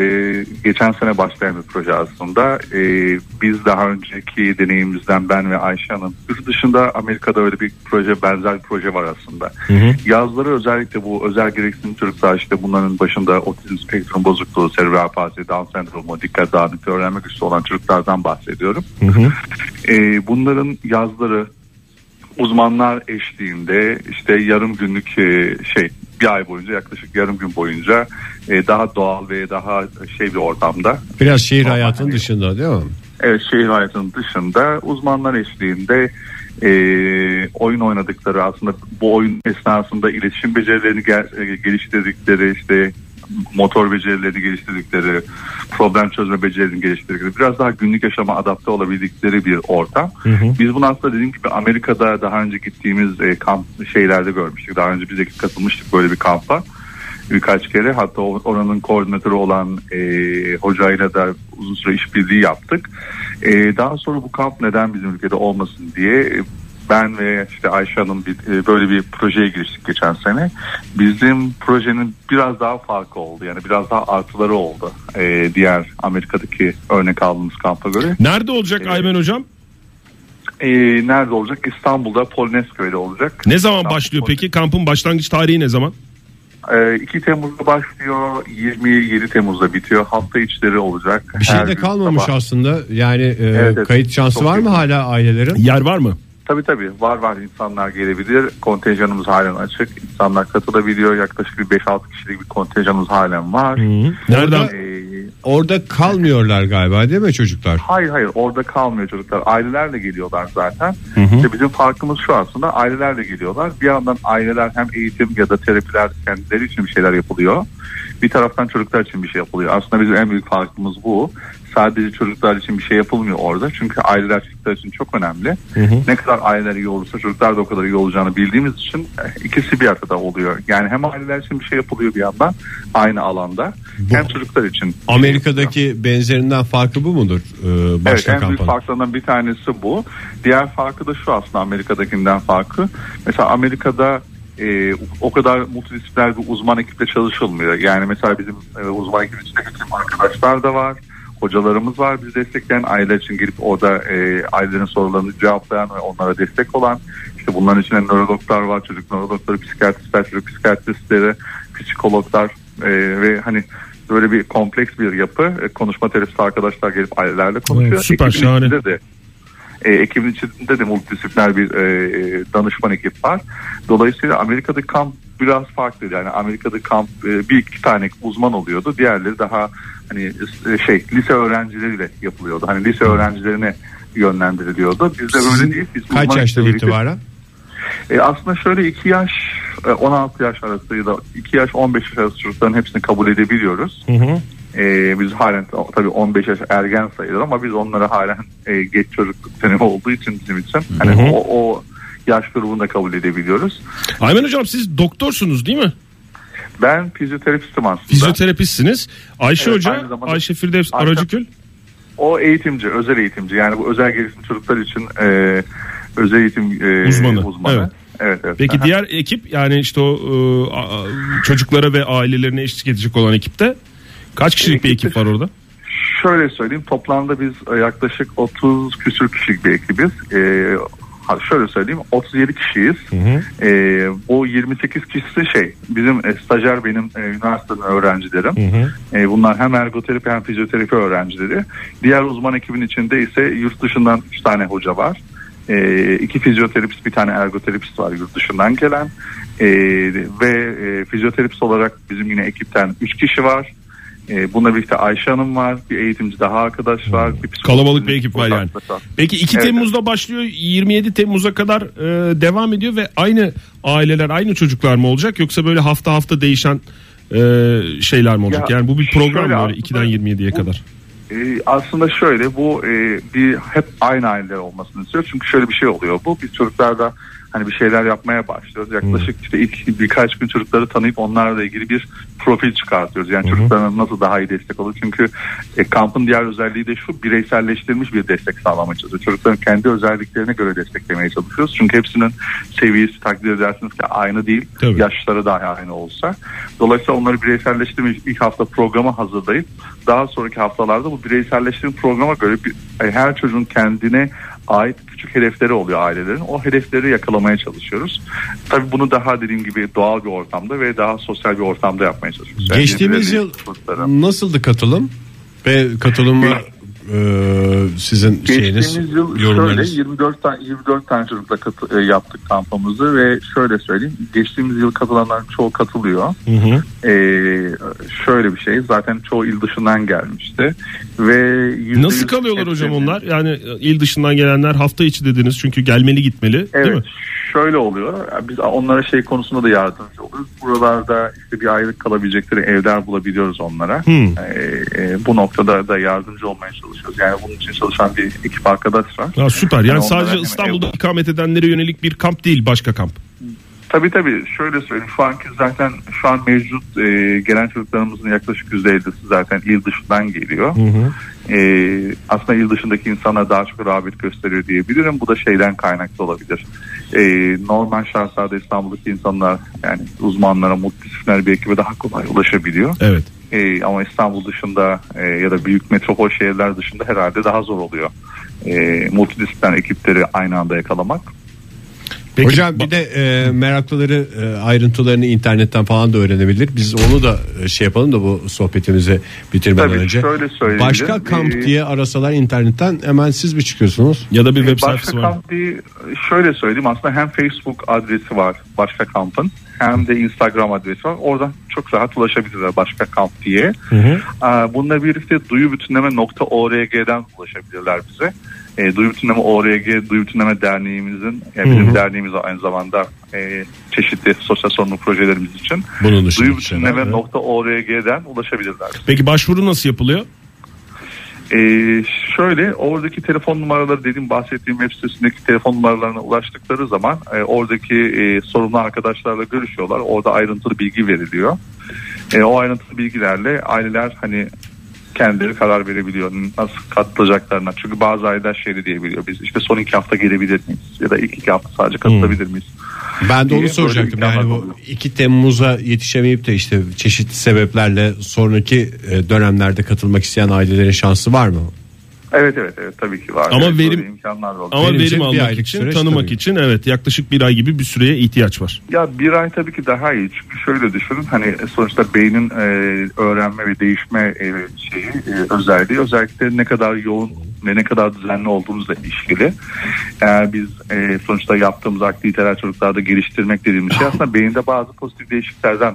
[SPEAKER 8] geçen sene başlayan bir proje aslında. E, biz daha önceki deneyimimizden ben ve Ayşe Hanım, yurt dışında Amerika'da öyle bir proje, benzer bir proje var aslında. Yazları özellikle bu özel gereksinim çocuklar işte bunların başında otizm spektrum bozukluğu, serebral palsi, Down sendromu, dikkat dağınıklığı öğrenme güçlü olan çocuklardan bahsediyorum. E, bunların yazları uzmanlar eşliğinde işte yarım günlük e, şey bir ay boyunca yaklaşık yarım gün boyunca e, daha doğal ve daha şey bir ortamda
[SPEAKER 2] Biraz şehir hayatının dışında değil mi?
[SPEAKER 8] evet, şehir hayatının dışında uzmanlar eşliğinde e, oyun oynadıkları aslında bu oyun esnasında iletişim becerilerini gel- e, geliştirdikleri işte motor becerilerini geliştirdikleri problem çözme becerilerini geliştirdikleri biraz daha günlük yaşama adapte olabildikleri bir ortam. Biz bunu aslında dediğim gibi Amerika'da daha önce gittiğimiz e, kamp şeylerde görmüştük. Daha önce biz de katılmıştık böyle bir kampa birkaç kere hatta o- oranın koordinatörü olan e, hocayla da uzun süre işbirliği yaptık. E, daha sonra bu kamp neden bizim ülkede olmasın diye e, ben ve işte Ayşe Hanım bir, e, böyle bir projeye giriştik geçen sene. Bizim projenin biraz daha farkı oldu yani biraz daha artıları oldu e, diğer Amerika'daki örnek aldığımız kampa göre.
[SPEAKER 1] Nerede olacak
[SPEAKER 8] Evet.
[SPEAKER 1] Aymen hocam?
[SPEAKER 8] e, nerede olacak? İstanbul'da Polonezköy'de olacak.
[SPEAKER 1] Ne zaman
[SPEAKER 8] İstanbul
[SPEAKER 1] başlıyor peki? Kampın başlangıç tarihi ne zaman?
[SPEAKER 8] Ee, 2 Temmuz'da başlıyor, 27 Temmuz'da bitiyor. Hafta içleri olacak.
[SPEAKER 2] Bir şey
[SPEAKER 8] Her
[SPEAKER 2] de
[SPEAKER 8] gün
[SPEAKER 2] kalmamış
[SPEAKER 8] sabah.
[SPEAKER 2] aslında. Yani e,
[SPEAKER 8] Evet, evet.
[SPEAKER 2] kayıt şansı
[SPEAKER 8] Çok
[SPEAKER 2] var mı
[SPEAKER 8] iyi.
[SPEAKER 2] hala ailelerin?
[SPEAKER 1] Yer var mı?
[SPEAKER 8] Tabii tabii var var insanlar gelebilir. Kontenjanımız halen açık. İnsanlar katılabiliyor. Yaklaşık bir 5-6 kişilik bir kontenjanımız halen var.
[SPEAKER 1] Nereden?
[SPEAKER 8] Ee,
[SPEAKER 2] Orada kalmıyorlar galiba değil mi çocuklar?
[SPEAKER 8] hayır hayır orada kalmıyor çocuklar. Ailelerle geliyorlar zaten. İşte bizim farkımız şu aslında ailelerle geliyorlar. Bir yandan aileler hem eğitim ya da terapiler kendileri için bir şeyler yapılıyor. Bir taraftan çocuklar için bir şey yapılıyor. Aslında bizim en büyük farkımız bu. Sadece çocuklar için bir şey yapılmıyor orada. Çünkü aileler çocuklar için çok önemli. Ne kadar aileler iyi olursa çocuklar da o kadar iyi olacağını bildiğimiz için eh, ikisi bir arada oluyor. Yani hem aileler için bir şey yapılıyor bir yandan aynı alanda. Hem çocuklar için. şey
[SPEAKER 2] Amerika'daki benzerinden farkı bu mudur? e,
[SPEAKER 8] Evet
[SPEAKER 2] başka
[SPEAKER 8] en büyük
[SPEAKER 2] kampanyanın?
[SPEAKER 8] farklarından bir tanesi bu. Diğer farkı da şu aslında Amerika'dakinden farkı. Mesela Amerika'da e, o kadar multidisipliner bir uzman ekiple çalışılmıyor. Yani mesela bizim e, uzman ekibin içinde bizim arkadaşlar da var. Hocalarımız var biz destekleyen aileler için girip orada e, ailelerin sorularını cevaplayan ve onlara destek olan işte bunların içinde nörologlar var çocuk nörologları psikiyatristler çocuk psikiyatristleri psikologlar e, ve hani böyle bir kompleks bir yapı E, konuşma terapisti arkadaşlar gelip ailelerle konuşuyor.
[SPEAKER 1] Evet, süper,
[SPEAKER 8] Ekibin
[SPEAKER 1] şahane.
[SPEAKER 8] içinde de e, ekibin içinde de multidisipliner bir e, e, danışman ekip var. Dolayısıyla Amerika'daki kamp biraz farklı yani Amerika'daki kamp e, bir iki tane uzman oluyordu. Diğerleri daha hani e, şey lise öğrencileriyle yapılıyordu. Hani lise öğrencilerine yönlendiriliyordu. Bizde böyle değil. Biz
[SPEAKER 2] Kaç
[SPEAKER 8] uzman
[SPEAKER 2] yaştan
[SPEAKER 8] ekiple birlikte-
[SPEAKER 2] itibaren?
[SPEAKER 8] e, aslında şöyle 2 yaş e, 16 yaş arası ya da 2 yaş 15 yaş arası çocukların hepsini kabul edebiliyoruz. E, biz halen o- tabii 15 yaş ergen sayılır ama biz onları halen e, geç çocukluk dönemi olduğu için bizim için hani o, o yaş grubunu da kabul edebiliyoruz.
[SPEAKER 1] Aymen hocam siz doktorsunuz değil mi?
[SPEAKER 8] Ben fizyoterapistim aslında.
[SPEAKER 1] Fizyoterapistsiniz. Ayşe
[SPEAKER 8] Evet,
[SPEAKER 1] Hoca,
[SPEAKER 8] aynı zamanda-
[SPEAKER 1] Ayşe Firdevs
[SPEAKER 8] Arka-
[SPEAKER 1] Aracıkül.
[SPEAKER 8] o eğitimci, özel eğitimci. Yani bu özel gelişim çocuklar için e, özel eğitim e,
[SPEAKER 1] Uzmanı, evet.
[SPEAKER 8] Evet, evet.
[SPEAKER 1] Peki
[SPEAKER 8] Aha.
[SPEAKER 1] diğer ekip yani işte o e, a- a- çocuklara ve ailelerine eşlik edecek olan ekipte kaç kişilik bir ekip var orada?
[SPEAKER 8] Şöyle söyleyeyim toplamda biz e, yaklaşık 30 küsür kişilik bir ekibiz. Ee, ha- şöyle söyleyeyim 37 kişiyiz. Ee, bu 28 kişisi şey bizim e, stajyer benim e, üniversiteden öğrencilerim. E, bunlar hem ergoterapi hem fizyoterapi öğrencileri. Diğer uzman ekibin içinde ise yurt dışından 3 tane hoca var. E, iki fizyoterapist bir tane ergoterapist var yurt dışından gelen. E, ve e, fizyoterapist olarak bizim yine ekipten 3 kişi var. E, bununla birlikte Ayşe Hanım var. Bir eğitimci daha arkadaş var. Bir psikolog-
[SPEAKER 1] Kalabalık bir ekip var yani. Peki 2
[SPEAKER 8] Evet.
[SPEAKER 1] Temmuz'da başlıyor 27 Temmuz'a kadar e, devam ediyor ve aynı aileler aynı çocuklar mı olacak yoksa böyle hafta hafta değişen e, şeyler mi olacak?
[SPEAKER 8] Ya,
[SPEAKER 1] yani bu bir program
[SPEAKER 8] şöyle
[SPEAKER 1] mı böyle
[SPEAKER 8] aslında
[SPEAKER 1] 2'den 27'ye
[SPEAKER 8] bu-
[SPEAKER 1] kadar?
[SPEAKER 8] Ee, aslında şöyle bu e, bir hep aynı aileler olmasını istiyor. Çünkü şöyle bir şey oluyor bu. Biz çocuklarda hani bir şeyler yapmaya başlıyoruz. Yaklaşık işte ilk birkaç gün çocukları tanıyıp onlarla ilgili bir profil çıkartıyoruz. Yani çocuklara nasıl daha iyi destek olur. Çünkü e, kampın diğer özelliği de şu bireyselleştirilmiş bir destek sağlamaya çalışıyoruz. Çocukların kendi özelliklerine göre desteklemeye çalışıyoruz. Çünkü hepsinin seviyesi takdir edersiniz ki aynı değil.
[SPEAKER 1] Tabii.
[SPEAKER 8] Yaşları dahi aynı olsa. Dolayısıyla onları bireyselleştirmiş ilk hafta programa hazırlayıp daha sonraki haftalarda bu bireyselleştirme programa göre bir, e, her çocuğun kendine ait küçük hedefleri oluyor ailelerin. O hedefleri yakalamaya çalışıyoruz. Tabii bunu daha dediğim gibi doğal bir ortamda ve daha sosyal bir ortamda yapmaya çalışıyoruz. Yani
[SPEAKER 2] Geçtiğimiz
[SPEAKER 8] birbirlerini
[SPEAKER 2] yıl
[SPEAKER 8] çocuklara-
[SPEAKER 2] nasıldı katılım? Ve katılımı e, sizin şeyiniz,
[SPEAKER 8] Geçtiğimiz yıl şöyle
[SPEAKER 2] yorumlarınız.
[SPEAKER 8] 24 tane 24 tane çocukla katı- e, yaptık kampımızı ve şöyle söyleyeyim geçtiğimiz yıl katılanların çoğu katılıyor. E, şöyle bir şey zaten çoğu il dışından gelmişti ve yüzde
[SPEAKER 1] Nasıl
[SPEAKER 8] yüz
[SPEAKER 1] kalıyorlar hocam
[SPEAKER 8] hepsinin-
[SPEAKER 1] onlar? Yani e, il dışından gelenler hafta içi dediniz çünkü gelmeli gitmeli değil mi?
[SPEAKER 8] Evet şöyle oluyor biz onlara şey konusunda da yardımcı oluyoruz. Buralarda işte bir aylık kalabilecekleri evler bulabiliyoruz onlara.
[SPEAKER 1] Hmm.
[SPEAKER 8] E, e, bu noktada da yardımcı olmaya çalışıyoruz. Yani bunun için çalışan bir ekip arkadaş var.
[SPEAKER 1] Ya süper yani
[SPEAKER 8] Yani
[SPEAKER 1] sadece
[SPEAKER 8] onlara-
[SPEAKER 1] İstanbul'da ikamet edenlere yönelik bir kamp değil başka kamp.
[SPEAKER 8] Tabii tabii şöyle söyleyeyim şu anki zaten şu an mevcut e, gelen çocuklarımızın yaklaşık %50'si zaten il dışından geliyor. E, aslında il dışındaki insanlar daha çok rağbet gösteriyor diyebilirim. Bu da şeyden kaynaklı olabilir. E, normal şartlarda İstanbul'daki insanlar yani uzmanlara, multidisipliner bir ekibe daha kolay ulaşabiliyor.
[SPEAKER 1] Evet.
[SPEAKER 8] E, ama İstanbul dışında e, ya da büyük metropol şehirler dışında herhalde daha zor oluyor e, multidisipliner ekipleri aynı anda yakalamak.
[SPEAKER 1] Peki,
[SPEAKER 2] Hocam bir de e, meraklıları e, ayrıntılarını internetten falan da öğrenebilir. Biz onu da e, şey yapalım da bu sohbetimizi bitirmeden
[SPEAKER 8] Tabii,
[SPEAKER 2] önce.
[SPEAKER 8] şöyle söyleyebilirim.
[SPEAKER 2] Başka kamp
[SPEAKER 8] Ee,
[SPEAKER 2] diye arasalar internetten hemen siz mi çıkıyorsunuz?
[SPEAKER 1] ya da bir web
[SPEAKER 8] E, Başka
[SPEAKER 1] sayfası var.
[SPEAKER 8] kamp diye şöyle söyleyeyim aslında hem Facebook adresi var başka kampın hem de Instagram adresi var. Oradan çok rahat ulaşabilirler başka kamp diye. Aa, Bununla birlikte duyu bütünleme.org'den ulaşabilirler bize. E, duyu bütünleme org, duyu bütünleme derneğimizin, yani bizim derneğimiz aynı zamanda e, çeşitli sosyal sorumluluk projelerimiz için
[SPEAKER 1] Bunun dışında şey,
[SPEAKER 8] duyu
[SPEAKER 1] şeyler,
[SPEAKER 8] bütünleme.org'den ulaşabilirler.
[SPEAKER 1] Peki başvuru nasıl yapılıyor?
[SPEAKER 8] Ee, şöyle oradaki telefon numaraları dediğim bahsettiğim web sitesindeki telefon numaralarına ulaştıkları zaman e, oradaki e, sorumlu arkadaşlarla görüşüyorlar. Orada ayrıntılı bilgi veriliyor. E, o ayrıntılı bilgilerle aileler hani kendileri karar verebiliyor nasıl katılacaklarına. Çünkü bazı aileler şey de diyebiliyor. Biz işte son iki hafta gelebilir miyiz? Ya da ilk iki hafta sadece katılabilir
[SPEAKER 1] Hmm.
[SPEAKER 8] miyiz?
[SPEAKER 2] Ben de onu
[SPEAKER 8] Ee,
[SPEAKER 2] soracaktım.
[SPEAKER 8] böyle
[SPEAKER 2] Yani
[SPEAKER 8] imkanlar
[SPEAKER 2] bu
[SPEAKER 8] oluyor.
[SPEAKER 2] 2 Temmuz'a yetişemeyip de işte çeşitli sebeplerle sonraki e, dönemlerde katılmak isteyen ailelerin şansı var mı?
[SPEAKER 8] Evet evet evet tabii ki var.
[SPEAKER 1] Ama
[SPEAKER 8] Evet, böyle
[SPEAKER 1] verim-
[SPEAKER 8] imkanlar oldu.
[SPEAKER 1] Ama
[SPEAKER 2] Benim için
[SPEAKER 1] verim
[SPEAKER 2] bir
[SPEAKER 1] almak
[SPEAKER 2] aylık
[SPEAKER 1] için,
[SPEAKER 2] süreç
[SPEAKER 1] tanımak
[SPEAKER 2] tabii.
[SPEAKER 1] için evet yaklaşık bir ay gibi bir süreye ihtiyaç var.
[SPEAKER 8] Ya bir ay tabii ki daha iyi çünkü şöyle düşünün hani sonuçta beynin e, öğrenme ve değişme e, şeyi e, özelliği özellikle ne kadar yoğun ve ne kadar düzenli olduğunuzla ilişkili. Eğer biz e, sonuçta yaptığımız aktiviteler çocuklarda geliştirmek dediğimiz şey aslında beyinde bazı pozitif değişikliklerden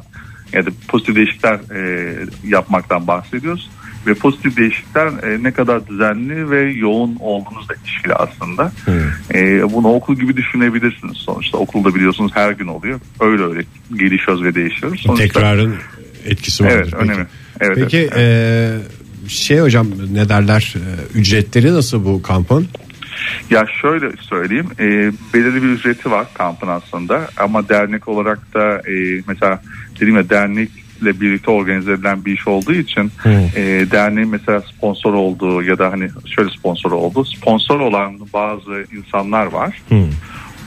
[SPEAKER 8] ya da pozitif değişiklikler e, yapmaktan bahsediyoruz. Ve pozitif değişiklikler e, ne kadar düzenli ve yoğun olduğunuzla ilişkili aslında. E, bunu okul gibi düşünebilirsiniz sonuçta. Okulda biliyorsunuz her gün oluyor. Öyle öyle gelişiyoruz ve değişiyoruz. Sonuçta,
[SPEAKER 2] Tekrarın etkisi vardır.
[SPEAKER 8] Evet
[SPEAKER 2] Peki.
[SPEAKER 8] önemli. Evet,
[SPEAKER 2] Peki
[SPEAKER 8] evet.
[SPEAKER 2] e, şey hocam ne derler e, ücretleri nasıl bu kampın?
[SPEAKER 8] Ya şöyle söyleyeyim, e, belirli bir ücreti var kampın aslında ama dernek olarak da e, mesela dedim ya dernekle birlikte organize edilen bir iş olduğu için e, derneğin mesela sponsor olduğu ya da hani şöyle sponsor olduğu sponsor olan bazı insanlar var.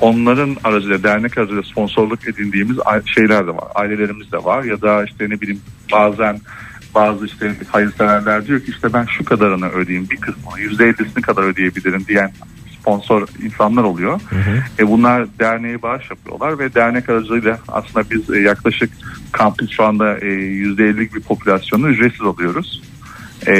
[SPEAKER 8] Onların aracılığıyla dernek aracılığıyla sponsorluk edindiğimiz a- şeyler de var. Ailelerimiz de var ya da işte ne bileyim bazen bazı işte hayırseverler diyor ki işte ben şu kadarını ödeyeyim bir kısmını yüzde ellisini kadar ödeyebilirim diyen sponsor insanlar oluyor. E bunlar derneğe bağış yapıyorlar ve dernek aracılığıyla aslında biz e, yaklaşık kampın şu anda e, yüzde ellilik bir popülasyonu ücretsiz alıyoruz. E,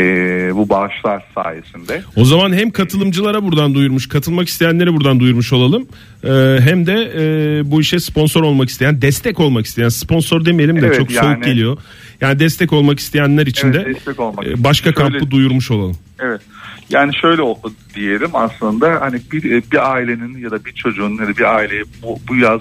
[SPEAKER 8] bu bağışlar sayesinde.
[SPEAKER 1] O zaman hem katılımcılara buradan duyurmuş, katılmak isteyenlere buradan duyurmuş olalım. Ee, hem de e, bu işe sponsor olmak isteyen, destek olmak isteyen, sponsor demeyelim de
[SPEAKER 8] Evet,
[SPEAKER 1] çok
[SPEAKER 8] yani-
[SPEAKER 1] soğuk geliyor. Yani destek olmak isteyenler için
[SPEAKER 8] Evet,
[SPEAKER 1] de
[SPEAKER 8] destek olmak.
[SPEAKER 1] e, başka
[SPEAKER 8] Şöyle-
[SPEAKER 1] kampı duyurmuş olalım.
[SPEAKER 8] Evet. Yani şöyle oldu diyelim aslında hani bir, bir ailenin ya da bir çocuğun ya da bir aileye bu, bu yaz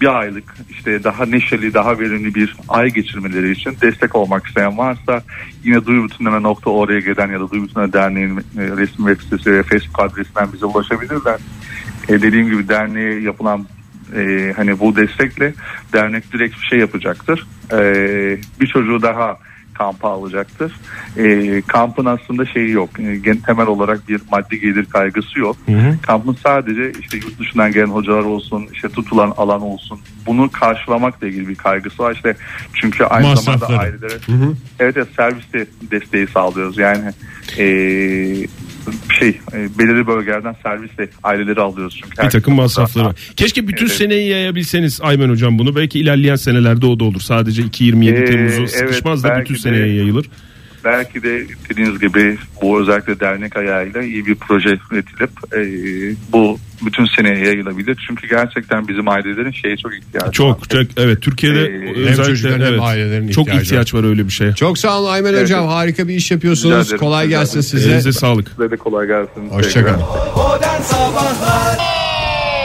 [SPEAKER 8] bir aylık işte daha neşeli daha verimli bir ay geçirmeleri için destek olmak isteyen varsa yine duyubutunleme.org'den ya da duyubutunleme derneğin e, resmi web sitesi ve Facebook adresinden bize ulaşabilirler. E, dediğim gibi derneğe yapılan e, hani bu destekle dernek direkt bir şey yapacaktır. E, bir çocuğu daha kampa alacaktır. E, kampın aslında şeyi yok. E, gen- temel olarak bir maddi gelir kaygısı yok. Kampın sadece işte yurt dışından gelen hocalar olsun, işte tutulan alan olsun. Bunu karşılamakla ilgili bir kaygısı var. İşte çünkü aynı zamanda
[SPEAKER 2] Masrafları.
[SPEAKER 8] ailelere evet, evet servis de desteği sağlıyoruz. Yani e, şey e, belirli bölgelerden servisle aileleri alıyoruz çünkü.
[SPEAKER 1] Bir takım masrafları var. Keşke bütün
[SPEAKER 8] Evet.
[SPEAKER 1] seneyi yayabilseniz Aymen Hocam bunu. Belki ilerleyen senelerde o da olur. Sadece 2-27
[SPEAKER 8] Ee,
[SPEAKER 1] Temmuz'u
[SPEAKER 8] evet,
[SPEAKER 1] sıkışmaz da bütün
[SPEAKER 8] belki de-
[SPEAKER 1] seneye yayılır.
[SPEAKER 8] belki de dediğiniz gibi bu özellikle dernek ayağıyla iyi bir proje üretilip e, bu bütün seneye yayılabilir. Çünkü gerçekten bizim ailelerin şeye çok ihtiyacı var.
[SPEAKER 1] Çok, çok evet Türkiye'de
[SPEAKER 8] Ee, hem
[SPEAKER 1] özellikle
[SPEAKER 2] çocukların hem
[SPEAKER 1] evet,
[SPEAKER 2] ailelerin
[SPEAKER 1] çok
[SPEAKER 2] ihtiyacı
[SPEAKER 1] ihtiyaç var öyle bir şeye.
[SPEAKER 2] Çok sağ olun Aymen hocam harika bir iş yapıyorsunuz.
[SPEAKER 8] Rica ederim.
[SPEAKER 2] Kolay
[SPEAKER 8] Rica
[SPEAKER 2] gelsin
[SPEAKER 8] ederim.
[SPEAKER 2] size.
[SPEAKER 1] Elinize sağlık.
[SPEAKER 8] Size de kolay gelsin.
[SPEAKER 2] Hoşçakalın.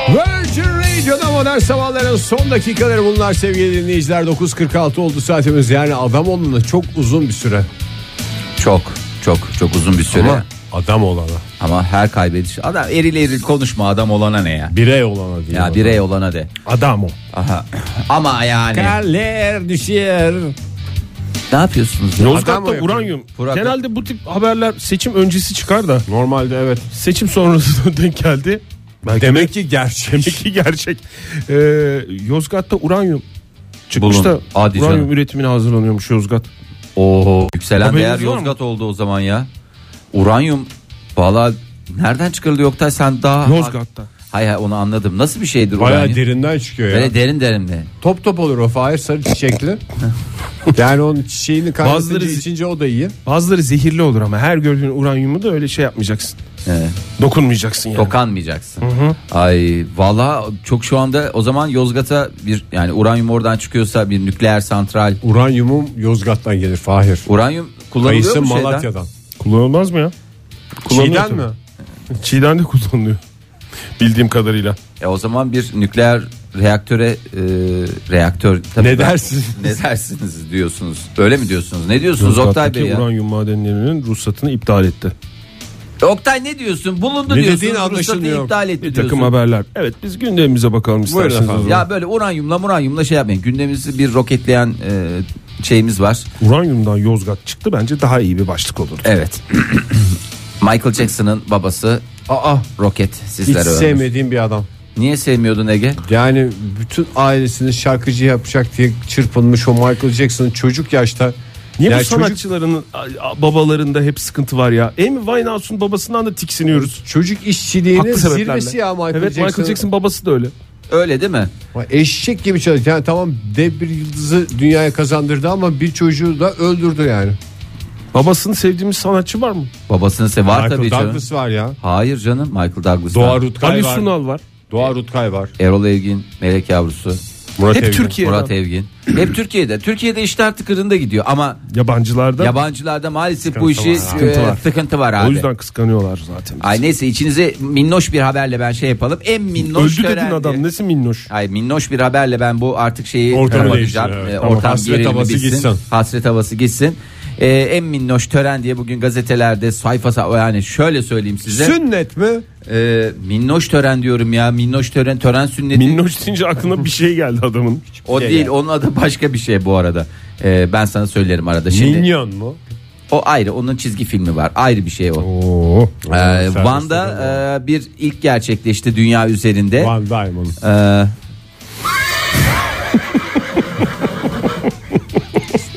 [SPEAKER 2] Virgin Radio'da modern sabahların son dakikaları bunlar sevgili dinleyiciler. 9.46 oldu saatimiz yani adam olana çok uzun bir süre.
[SPEAKER 3] Çok çok çok uzun bir süre.
[SPEAKER 2] Ama
[SPEAKER 3] Ama,
[SPEAKER 2] adam olana,
[SPEAKER 3] her kaybediş. Adam eril eril konuşma adam olana ne ya?
[SPEAKER 2] birey olana diyor.
[SPEAKER 3] Ya birey olana de.
[SPEAKER 2] Adam o.
[SPEAKER 3] Aha. Ama yani.
[SPEAKER 2] Karler düşer.
[SPEAKER 3] Ne yapıyorsunuz? ya?
[SPEAKER 1] Yozgat'ta
[SPEAKER 2] Adam o
[SPEAKER 1] uranyum.
[SPEAKER 3] Burak-
[SPEAKER 1] Genelde bu tip haberler seçim öncesi çıkar da
[SPEAKER 2] Normalde evet.
[SPEAKER 1] seçim sonrası denk geldi.
[SPEAKER 2] Demek ki gerçek.
[SPEAKER 1] Demek ki gerçek. Ee, Yozgat'ta uranyum çıkmış
[SPEAKER 3] Bulun.
[SPEAKER 1] da
[SPEAKER 3] Hadi
[SPEAKER 1] uranyum
[SPEAKER 3] canım.
[SPEAKER 1] üretimine hazırlanıyormuş Yozgat.
[SPEAKER 3] Oo, yükselen
[SPEAKER 1] Haberiniz
[SPEAKER 3] değer
[SPEAKER 1] var mı?
[SPEAKER 3] Yozgat oldu o zaman ya. Uranyum valla Nereden çıkarılıyor Oktay sen daha...
[SPEAKER 1] Yozgat'tan.
[SPEAKER 3] Hay hay onu anladım. Nasıl bir şeydir o?
[SPEAKER 2] Bayağı
[SPEAKER 3] yani?
[SPEAKER 2] derinden çıkıyor ya.
[SPEAKER 3] Böyle derin derin mi?
[SPEAKER 2] Top top olur o Fahir sarı çiçekli. yani onun çiçeğini kaynatınca
[SPEAKER 1] Bazıları-
[SPEAKER 2] içince o da iyi.
[SPEAKER 1] Bazıları zehirli olur ama her gördüğün uranyumu da öyle şey yapmayacaksın.
[SPEAKER 3] Evet.
[SPEAKER 1] Dokunmayacaksın yani.
[SPEAKER 3] Dokanmayacaksın. Ay valla çok şu anda o zaman Yozgat'a bir yani uranyum oradan çıkıyorsa bir nükleer santral.
[SPEAKER 2] Uranyumum Yozgat'tan gelir Fahir.
[SPEAKER 3] Uranyum kullanılıyor
[SPEAKER 2] Kayısı
[SPEAKER 3] mu şeyden?
[SPEAKER 2] Malatya'dan.
[SPEAKER 1] Kullanılmaz mı ya? Kullanılıyor
[SPEAKER 2] Çiğden mi?
[SPEAKER 1] tabii. Çiğden de kullanılıyor. Bildiğim kadarıyla.
[SPEAKER 3] E o zaman bir nükleer reaktöre e, reaktör tabii
[SPEAKER 2] Ne
[SPEAKER 3] ben-
[SPEAKER 2] dersiniz?
[SPEAKER 3] ne dersiniz diyorsunuz. Öyle mi diyorsunuz? Ne diyorsunuz Oktay Bey
[SPEAKER 1] Yozgat'taki
[SPEAKER 3] ya?
[SPEAKER 1] uranyum madenlerinin ruhsatını iptal etti.
[SPEAKER 3] Oktay ne diyorsun? Bulundu
[SPEAKER 2] Ne dediğin
[SPEAKER 3] diyorsun. Ruhsatı
[SPEAKER 2] anlaşılmıyor.
[SPEAKER 3] iptal etti
[SPEAKER 1] Bir
[SPEAKER 3] diyorsun.
[SPEAKER 1] takım haberler. Evet biz gündemimize bakalım isterseniz.
[SPEAKER 2] efendim.
[SPEAKER 1] o zaman.
[SPEAKER 3] Ya böyle uranyumla uranyumla şey yapmayın. Gündemimizi bir roketleyen e, şeyimiz var.
[SPEAKER 1] Uranyumdan Yozgat çıktı bence daha iyi bir başlık olurdu.
[SPEAKER 3] Evet. Michael Jackson'ın babası
[SPEAKER 2] Aa
[SPEAKER 3] roket
[SPEAKER 2] hiç
[SPEAKER 3] sizlere öyle.
[SPEAKER 2] sevmediğim bir adam.
[SPEAKER 3] Niye sevmiyordun Ege?
[SPEAKER 2] Yani bütün ailesini şarkıcı yapacak diye çırpınmış o Michael Jackson'ın çocuk yaşta.
[SPEAKER 1] Niye
[SPEAKER 2] Ya
[SPEAKER 1] bu
[SPEAKER 2] çocuk-
[SPEAKER 1] sanatçıların a- a- babalarında hep sıkıntı var ya? Amy Winehouse'un babasından da tiksiniyoruz.
[SPEAKER 2] Çocuk işçiliğinin
[SPEAKER 1] Haklı sebeplerle.
[SPEAKER 2] zirvesi ya Michael
[SPEAKER 1] evet
[SPEAKER 2] Jackson'ın.
[SPEAKER 1] Michael Jackson babası da öyle.
[SPEAKER 3] Öyle değil mi?
[SPEAKER 2] Ama Eşek gibi çalıştı. Yani tamam dev bir yıldızı dünyaya kazandırdı ama bir çocuğu da öldürdü yani.
[SPEAKER 1] Babasını sevdiğimiz sanatçı var mı?
[SPEAKER 3] Babasını sev var
[SPEAKER 2] Michael
[SPEAKER 3] tabii canım.
[SPEAKER 2] Douglas var ya.
[SPEAKER 3] Hayır canım Michael Douglas.
[SPEAKER 2] Doğa
[SPEAKER 3] var.
[SPEAKER 2] Rutkay
[SPEAKER 1] Ali
[SPEAKER 2] var.
[SPEAKER 1] Sunal var.
[SPEAKER 2] Doğa Rutkay var.
[SPEAKER 3] Erol Evgin, Melek Yavrusu,
[SPEAKER 2] Murat
[SPEAKER 1] Hep
[SPEAKER 2] Evgin.
[SPEAKER 1] Türkiye.
[SPEAKER 3] Murat Evgin. Hep Türkiye'de. Türkiye'de işler tıkırında gidiyor ama
[SPEAKER 1] Yabancılarda.
[SPEAKER 3] yabancılarda maalesef bu işi e,
[SPEAKER 1] var abi.
[SPEAKER 3] sıkıntı var, abi.
[SPEAKER 1] o yüzden kıskanıyorlar zaten.
[SPEAKER 3] Ay neyse içinize minnoş bir haberle ben şey yapalım. En minnoş
[SPEAKER 1] Öldü dedin
[SPEAKER 3] törendi.
[SPEAKER 1] adam. Nesi minnoş?
[SPEAKER 3] Ay minnoş bir haberle ben bu artık şeyi
[SPEAKER 2] Ortamı
[SPEAKER 3] kapatacağım.
[SPEAKER 2] değiştir, evet.
[SPEAKER 3] Ee,
[SPEAKER 2] Tamam,
[SPEAKER 3] Ortam
[SPEAKER 2] hasret
[SPEAKER 3] gerilim
[SPEAKER 2] havası
[SPEAKER 3] bitsin.
[SPEAKER 2] gitsin.
[SPEAKER 3] Hasret havası gitsin. Ee, en minnoş tören diye bugün gazetelerde sayfası yani şöyle söyleyeyim size.
[SPEAKER 2] Sünnet mi?
[SPEAKER 3] Ee, minnoş tören diyorum ya. Minnoş tören tören sünneti.
[SPEAKER 1] Minnoş deyince aklına bir şey geldi adamın.
[SPEAKER 3] o
[SPEAKER 2] Şey
[SPEAKER 3] değil. Onun adı başka bir şey bu arada. Ee, ben sana söylerim arada şimdi.
[SPEAKER 2] Minyon mu?
[SPEAKER 3] O ayrı. Onun çizgi filmi var. Ayrı bir şey o.
[SPEAKER 2] Oo.
[SPEAKER 3] Ee, Van'da e, bir ilk gerçekleşti dünya üzerinde.
[SPEAKER 2] Van Diamond.
[SPEAKER 3] Ee,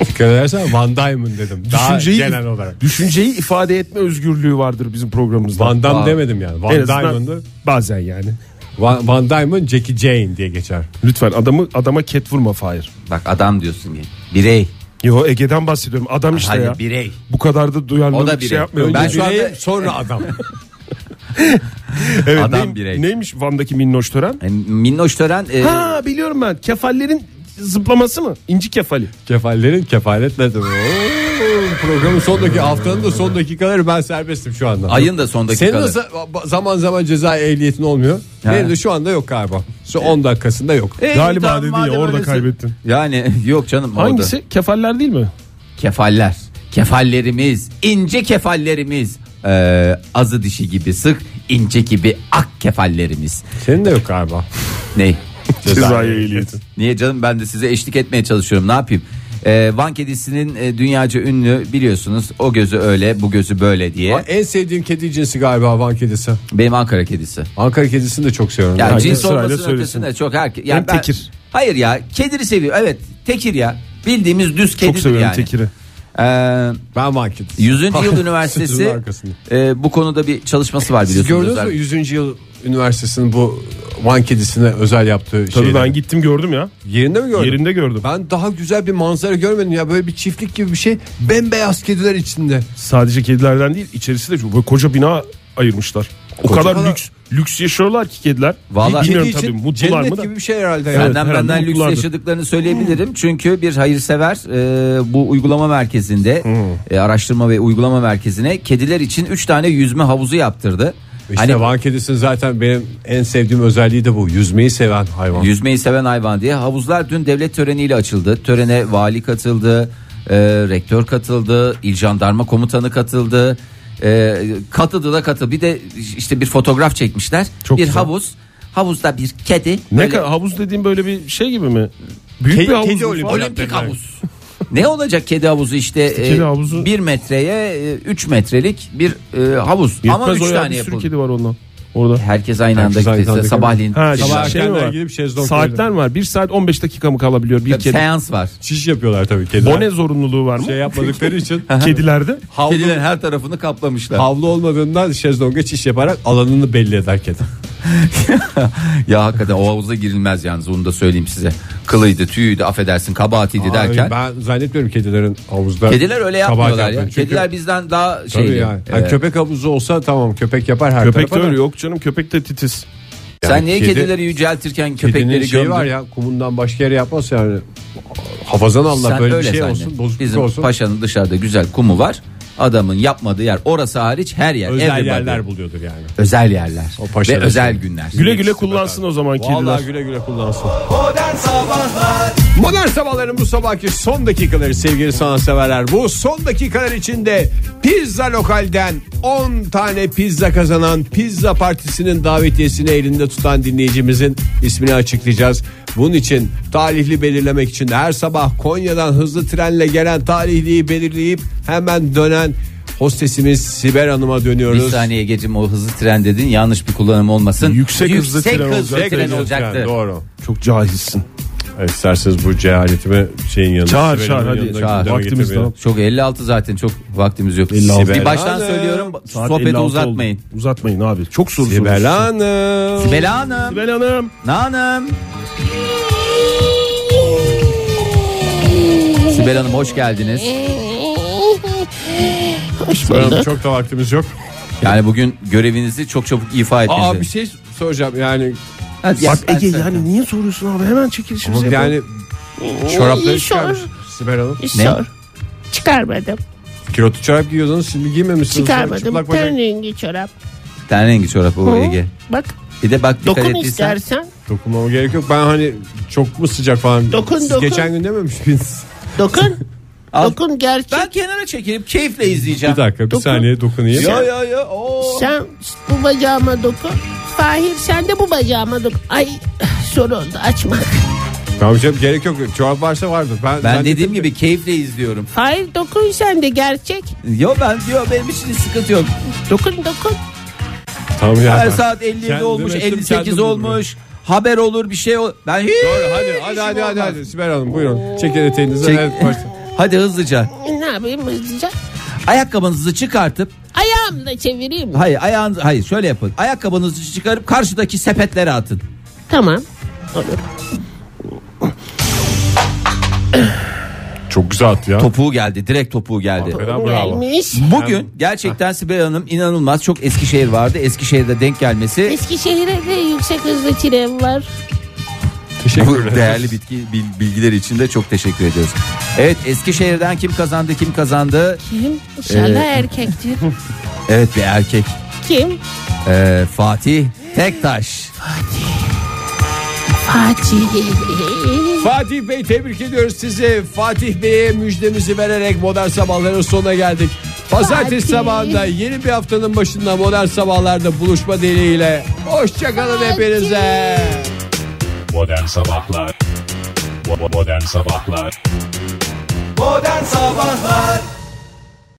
[SPEAKER 2] Dikkat edersen Van Diamond dedim. Daha
[SPEAKER 1] Düşünceyi-
[SPEAKER 2] genel olarak.
[SPEAKER 1] Düşünceyi ifade etme özgürlüğü vardır bizim programımızda.
[SPEAKER 2] Van Damme
[SPEAKER 3] Van-
[SPEAKER 2] demedim yani.
[SPEAKER 1] En
[SPEAKER 2] Van
[SPEAKER 1] azından
[SPEAKER 2] Diamond'ı.
[SPEAKER 1] bazen yani.
[SPEAKER 2] Van, Van Diamond Jackie Jane diye geçer.
[SPEAKER 1] Lütfen adamı adama ket vurma Fahir.
[SPEAKER 3] bak adam diyorsun ki. Birey.
[SPEAKER 1] Yo Ege'den bahsediyorum. Adam işte
[SPEAKER 3] Hayır
[SPEAKER 1] ya.
[SPEAKER 3] birey.
[SPEAKER 1] Bu kadar da
[SPEAKER 3] O da
[SPEAKER 1] duyarlılık şey
[SPEAKER 3] biri.
[SPEAKER 1] yapmıyorum.
[SPEAKER 3] Ben
[SPEAKER 2] Ben
[SPEAKER 3] şu anda-
[SPEAKER 2] sonra adam.
[SPEAKER 1] Evet,
[SPEAKER 3] Adam
[SPEAKER 1] neyim-
[SPEAKER 3] birey.
[SPEAKER 1] Neymiş Van'daki minnoş tören?
[SPEAKER 3] Yani E, minnoş tören e,
[SPEAKER 1] Ha biliyorum ben. Kefallerin zıplaması mı? İnci kefali.
[SPEAKER 2] Kefallerin kefalet nedir? Oo, Programın sondaki haftanın da son dakikaları ben serbestim şu anda.
[SPEAKER 3] ayın da son
[SPEAKER 2] Senin de
[SPEAKER 3] dakikaları.
[SPEAKER 2] za- zaman zaman ceza ehliyetin olmuyor.
[SPEAKER 3] Ha.
[SPEAKER 2] Benim de şu anda yok galiba. Şu 10 dakikasında yok.
[SPEAKER 3] E,
[SPEAKER 1] Galiba
[SPEAKER 3] tamam,
[SPEAKER 1] dedin
[SPEAKER 3] madem
[SPEAKER 1] ya, orada
[SPEAKER 3] öylesin.
[SPEAKER 1] kaybettin.
[SPEAKER 3] Yani yok canım orada.
[SPEAKER 1] Hangisi? Kefaller değil mi?
[SPEAKER 3] Kefaller. Kefallerimiz, ince kefallerimiz. Ee, azı dişi gibi sık, ince gibi ak kefallerimiz.
[SPEAKER 2] Senin de yok galiba.
[SPEAKER 3] Ney?
[SPEAKER 1] Cezayir ehliyeti.
[SPEAKER 3] Niye canım ben de size eşlik etmeye çalışıyorum ne yapayım? Ee, Van kedisinin e, dünyaca ünlü biliyorsunuz o gözü öyle bu gözü böyle diye.
[SPEAKER 2] En sevdiğim kedi cinsi galiba Van kedisi.
[SPEAKER 3] Benim Ankara kedisi.
[SPEAKER 2] Ankara kedisini de çok seviyorum.
[SPEAKER 3] Yani
[SPEAKER 1] Herkes
[SPEAKER 3] cins
[SPEAKER 1] sırayla
[SPEAKER 3] olmasının
[SPEAKER 1] söylesin.
[SPEAKER 3] ötesinde çok herkes.
[SPEAKER 1] Ben tekir.
[SPEAKER 3] Hayır ya kediri seviyor evet tekir ya. Bildiğimiz düz kedidir
[SPEAKER 1] Çok seviyorum
[SPEAKER 3] yani.
[SPEAKER 1] Tekir'i.
[SPEAKER 3] Ee,
[SPEAKER 2] Ben Van kedisi.
[SPEAKER 3] 100. Yıl
[SPEAKER 2] Sözün
[SPEAKER 3] Üniversitesi
[SPEAKER 2] arkasında.
[SPEAKER 3] e, bu konuda bir çalışması var
[SPEAKER 2] Siz
[SPEAKER 3] biliyorsunuz.
[SPEAKER 2] gördünüz
[SPEAKER 3] özel.
[SPEAKER 2] mü 100. yıl üniversitesinin bu Van kedisine özel yaptığı
[SPEAKER 1] Tabii
[SPEAKER 2] şeyleri?
[SPEAKER 1] ben gittim gördüm ya.
[SPEAKER 2] Yerinde mi gördün?
[SPEAKER 1] Yerinde gördüm.
[SPEAKER 2] Ben daha güzel bir manzara görmedim ya böyle bir çiftlik gibi bir şey bembeyaz kediler içinde.
[SPEAKER 1] Sadece kedilerden değil içerisi de çok böyle koca bina ayırmışlar. O
[SPEAKER 2] Koca
[SPEAKER 1] kadar
[SPEAKER 2] bina-
[SPEAKER 1] lüks lüks yaşıyorlar ki kediler.
[SPEAKER 3] Vallahi-
[SPEAKER 1] bilmiyorum
[SPEAKER 2] Kedi
[SPEAKER 1] tabii
[SPEAKER 2] için
[SPEAKER 1] mutlular
[SPEAKER 2] cennet
[SPEAKER 1] mı da.
[SPEAKER 2] gibi bir şey herhalde. Yani.
[SPEAKER 3] Senden
[SPEAKER 1] herhalde
[SPEAKER 3] benden lüks
[SPEAKER 1] mutlulardır.
[SPEAKER 3] yaşadıklarını söyleyebilirim. Çünkü bir hayırsever e, bu uygulama merkezinde e, araştırma ve uygulama merkezine kediler için 3 tane yüzme havuzu yaptırdı.
[SPEAKER 2] İşte
[SPEAKER 3] hani
[SPEAKER 2] Van kedisinin zaten benim en sevdiğim özelliği de bu. Yüzmeyi seven hayvan.
[SPEAKER 3] yüzmeyi seven hayvan diye havuzlar dün devlet töreniyle açıldı. Törene vali katıldı, e, rektör katıldı, il jandarma komutanı katıldı. E, katıldı da katıldı. Bir de işte bir fotoğraf çekmişler.
[SPEAKER 1] Çok
[SPEAKER 3] bir
[SPEAKER 1] güzel.
[SPEAKER 3] havuz. Havuzda bir kedi.
[SPEAKER 1] Ne
[SPEAKER 3] Böyle-
[SPEAKER 1] ka- havuz dediğim böyle bir şey gibi mi? Büyük
[SPEAKER 2] Kedi-
[SPEAKER 1] bir havuz.
[SPEAKER 2] kedi
[SPEAKER 1] mu
[SPEAKER 2] olimpik-
[SPEAKER 1] falan?
[SPEAKER 3] Olimpik havuz. ne olacak kedi havuzu işte,
[SPEAKER 1] kedi
[SPEAKER 3] e,
[SPEAKER 1] havuzu-
[SPEAKER 3] bir metreye 3 metrelik bir e, havuz
[SPEAKER 1] Yetmez
[SPEAKER 3] ama 3
[SPEAKER 1] o ya,
[SPEAKER 3] tane
[SPEAKER 1] bir sürü
[SPEAKER 3] yapıldı.
[SPEAKER 1] kedi var ondan. Orada.
[SPEAKER 3] Herkes aynı
[SPEAKER 2] Herkes
[SPEAKER 3] anda
[SPEAKER 2] aynı
[SPEAKER 3] gidiyorsa
[SPEAKER 2] anda
[SPEAKER 3] sabahleyin.
[SPEAKER 1] Ha,
[SPEAKER 2] Sabah
[SPEAKER 1] şey mi
[SPEAKER 2] erkenden
[SPEAKER 1] var?
[SPEAKER 2] gidip şezlongda
[SPEAKER 1] Saatler var. 1 saat 15 dakika mı kalabiliyor bir kedi?
[SPEAKER 3] Seans var.
[SPEAKER 2] Çiş yapıyorlar tabii kediler.
[SPEAKER 1] Bone zorunluluğu var mı?
[SPEAKER 2] şey yapmadıkları için
[SPEAKER 1] Kedilerde.
[SPEAKER 2] havlu,
[SPEAKER 3] Kedilerin her tarafını kaplamışlar.
[SPEAKER 2] havlu olmadığından şezlonga çiş yaparak alanını belli eder kedi.
[SPEAKER 3] ya hakikaten o havuza girilmez yalnız onu da söyleyeyim size. Kılıydı, tüyüydü, affedersin, kabahatiydi
[SPEAKER 2] Ay,
[SPEAKER 3] derken.
[SPEAKER 2] ben zannetmiyorum kedilerin havuzda.
[SPEAKER 3] Kediler öyle
[SPEAKER 2] kabahat
[SPEAKER 3] yapmıyorlar ya.
[SPEAKER 2] yaptığını. Çünkü-
[SPEAKER 3] Kediler bizden daha
[SPEAKER 2] Tabii
[SPEAKER 3] şey.
[SPEAKER 2] yani. Ha, köpek havuzu olsa tamam köpek yapar her
[SPEAKER 1] Köpek de
[SPEAKER 2] tarafa. da.
[SPEAKER 1] öyle yok canım köpek de titiz.
[SPEAKER 3] sen niye
[SPEAKER 2] kedi-
[SPEAKER 3] kedileri yüceltirken
[SPEAKER 2] Kedinin
[SPEAKER 3] köpekleri
[SPEAKER 2] şeyi
[SPEAKER 3] gömdün?
[SPEAKER 2] şey var ya kumundan başka yere yapmaz yani. Hafazan Allah
[SPEAKER 3] Sen
[SPEAKER 2] böyle bir
[SPEAKER 3] öyle
[SPEAKER 2] şey
[SPEAKER 3] zannet.
[SPEAKER 2] olsun bozukluk
[SPEAKER 3] Bizim
[SPEAKER 2] olsun.
[SPEAKER 3] paşanın dışarıda güzel kumu var. Adamın yapmadığı yer orası hariç her yer.
[SPEAKER 2] Özel
[SPEAKER 3] everybody.
[SPEAKER 2] yerler buluyordur yani.
[SPEAKER 3] Özel yerler.
[SPEAKER 2] O paşa
[SPEAKER 3] Ve
[SPEAKER 2] da
[SPEAKER 3] özel
[SPEAKER 2] şey.
[SPEAKER 3] günler.
[SPEAKER 1] Güle güle kullansın o zaman kediler.
[SPEAKER 2] Vallahi güle güle kullansın. Modern Sabahların bu sabahki son dakikaları sevgili sanatseverler. Bu son dakikalar içinde Pizza Lokal'den 10 tane pizza kazanan Pizza Partisi'nin davetiyesini elinde tutan dinleyicimizin ismini açıklayacağız. Bunun için tarihli belirlemek için her sabah Konya'dan hızlı trenle gelen tarihliyi belirleyip hemen dönen hostesimiz Sibel Hanım'a
[SPEAKER 3] Bir
[SPEAKER 2] dönüyoruz.
[SPEAKER 3] saniye Egeciğim o hızlı tren dedin yanlış bir kullanım olmasın.
[SPEAKER 1] Yüksek hızlı tren
[SPEAKER 2] Tek
[SPEAKER 3] tren
[SPEAKER 2] hızlı
[SPEAKER 3] olacaktı.
[SPEAKER 2] tren, Doğru.
[SPEAKER 1] Çok cahilsin.
[SPEAKER 2] Evet, İsterseniz bu cehaletimi şeyin yanına.
[SPEAKER 1] Çağır,
[SPEAKER 2] Sibel'in
[SPEAKER 1] çağır, hadi,
[SPEAKER 2] yanına
[SPEAKER 3] çağır.
[SPEAKER 2] gündeme
[SPEAKER 1] Vaktimiz
[SPEAKER 2] getirmeyelim.
[SPEAKER 1] daha-
[SPEAKER 3] Çok 56 zaten çok vaktimiz yok.
[SPEAKER 1] 56.
[SPEAKER 3] Bir baştan
[SPEAKER 2] Sibel
[SPEAKER 3] söylüyorum
[SPEAKER 2] Hanım.
[SPEAKER 1] Saat
[SPEAKER 3] sohbeti
[SPEAKER 1] 56 oldu.
[SPEAKER 3] uzatmayın.
[SPEAKER 1] Uzatmayın abi. Çok soru
[SPEAKER 2] Sibel
[SPEAKER 1] soruyorsun.
[SPEAKER 2] Hanım.
[SPEAKER 3] Bela Hanım.
[SPEAKER 1] Sibel Hanım.
[SPEAKER 3] Nanım. Sibel Hanım hoş geldiniz.
[SPEAKER 2] Sibel Hanım, çok da vaktimiz yok.
[SPEAKER 3] Yani bugün görevinizi çok çabuk ifa ettiniz.
[SPEAKER 2] Aa bir şey soracağım yani
[SPEAKER 3] Hadi
[SPEAKER 1] Bak
[SPEAKER 3] ben
[SPEAKER 1] Ege
[SPEAKER 3] sen-
[SPEAKER 1] yani niye soruyorsun abi? Hemen çekilişimizi yapalım.
[SPEAKER 2] yani çorapları
[SPEAKER 9] iyi,
[SPEAKER 2] çıkarmış. Sibel Hanım.
[SPEAKER 9] Sor.
[SPEAKER 3] Ne?
[SPEAKER 9] Çıkarmadım.
[SPEAKER 2] Kilotlu çorap giyiyordunuz şimdi giymemişsiniz.
[SPEAKER 9] Çıkarmadım.
[SPEAKER 2] Çıplak bacak.
[SPEAKER 9] Ten rengi çorap.
[SPEAKER 3] Ten rengi çorap o
[SPEAKER 9] Hı.
[SPEAKER 3] Ege.
[SPEAKER 9] Bak
[SPEAKER 3] Bir de bak dikkat
[SPEAKER 9] dokun
[SPEAKER 3] ettiysen.
[SPEAKER 9] istersen.
[SPEAKER 2] Dokunmama gerek yok. Ben hani çok mu sıcak falan.
[SPEAKER 9] Dokun,
[SPEAKER 2] Siz
[SPEAKER 9] dokun.
[SPEAKER 2] geçen gün dememiş miydiniz?
[SPEAKER 9] Dokun.
[SPEAKER 3] Al.
[SPEAKER 9] dokun gerçek.
[SPEAKER 3] Ben kenara çekilip keyifle izleyeceğim.
[SPEAKER 2] Bir dakika bir
[SPEAKER 9] Dokun.
[SPEAKER 2] saniye dokunayım.
[SPEAKER 3] Ya ya ya. Oo.
[SPEAKER 9] Sen bu bacağıma dokun. Fahir sen de bu bacağıma dokun. Ay zor oldu açma.
[SPEAKER 2] Amcam şey- gerek yok. Çorap varsa vardır. Ben,
[SPEAKER 3] Ben
[SPEAKER 2] ben
[SPEAKER 3] dediğim gibi keyifle izliyorum.
[SPEAKER 9] Fahir dokun sen de gerçek.
[SPEAKER 3] Yo ben diyor benim için sıkıntı yok.
[SPEAKER 9] Dokun dokun.
[SPEAKER 2] Tamam ya.
[SPEAKER 3] Her saat 57
[SPEAKER 2] Kendim
[SPEAKER 3] olmuş,
[SPEAKER 2] ettim,
[SPEAKER 3] 58
[SPEAKER 2] kendim
[SPEAKER 3] olmuş. Haber olur bir şey ol. Ben hiç
[SPEAKER 2] Doğru, hadi hadi
[SPEAKER 3] işim
[SPEAKER 2] hadi hadi,
[SPEAKER 3] olmaz.
[SPEAKER 2] hadi. Sibel Hanım buyurun. Çekin eteğinizi.
[SPEAKER 3] Çek-
[SPEAKER 2] Evet, başla.
[SPEAKER 3] Hadi hızlıca.
[SPEAKER 9] Ne yapayım hızlıca?
[SPEAKER 3] Ayakkabınızı çıkartıp
[SPEAKER 9] Ayağımı da çevireyim. mi?
[SPEAKER 3] hayır ayağınız hayır şöyle yapın. Ayakkabınızı çıkarıp karşıdaki sepetlere atın.
[SPEAKER 9] Tamam.
[SPEAKER 2] Çok güzel attı ya.
[SPEAKER 3] Topuğu geldi. Direkt topuğu geldi.
[SPEAKER 2] Hakikaten bravo.
[SPEAKER 9] Gelmiş.
[SPEAKER 3] Bugün gerçekten Sibel Hanım inanılmaz çok Eskişehir vardı. Eskişehir'de denk gelmesi
[SPEAKER 9] Eskişehir'e de yüksek hızlı tren var.
[SPEAKER 3] bu değerli bitki bil- bilgiler için de çok teşekkür ediyoruz. Evet Eskişehir'den kim kazandı kim kazandı?
[SPEAKER 9] Kim? İnşallah erkektir.
[SPEAKER 3] Evet bir erkek.
[SPEAKER 9] Kim?
[SPEAKER 3] Ee, Fatih Tektaş.
[SPEAKER 9] Fatih.
[SPEAKER 2] Fatih Bey tebrik ediyoruz sizi. Fatih Bey'e müjdemizi vererek modern sabahların sonuna geldik. Pazartesi
[SPEAKER 9] Fatih.
[SPEAKER 2] sabahında yeni bir haftanın başında modern sabahlarda buluşma dileğiyle. Hoşçakalın
[SPEAKER 9] Fatih.
[SPEAKER 2] hepinize.
[SPEAKER 10] Modern Sabahlar Bo- Modern Sabahlar
[SPEAKER 2] Modern sabahlar.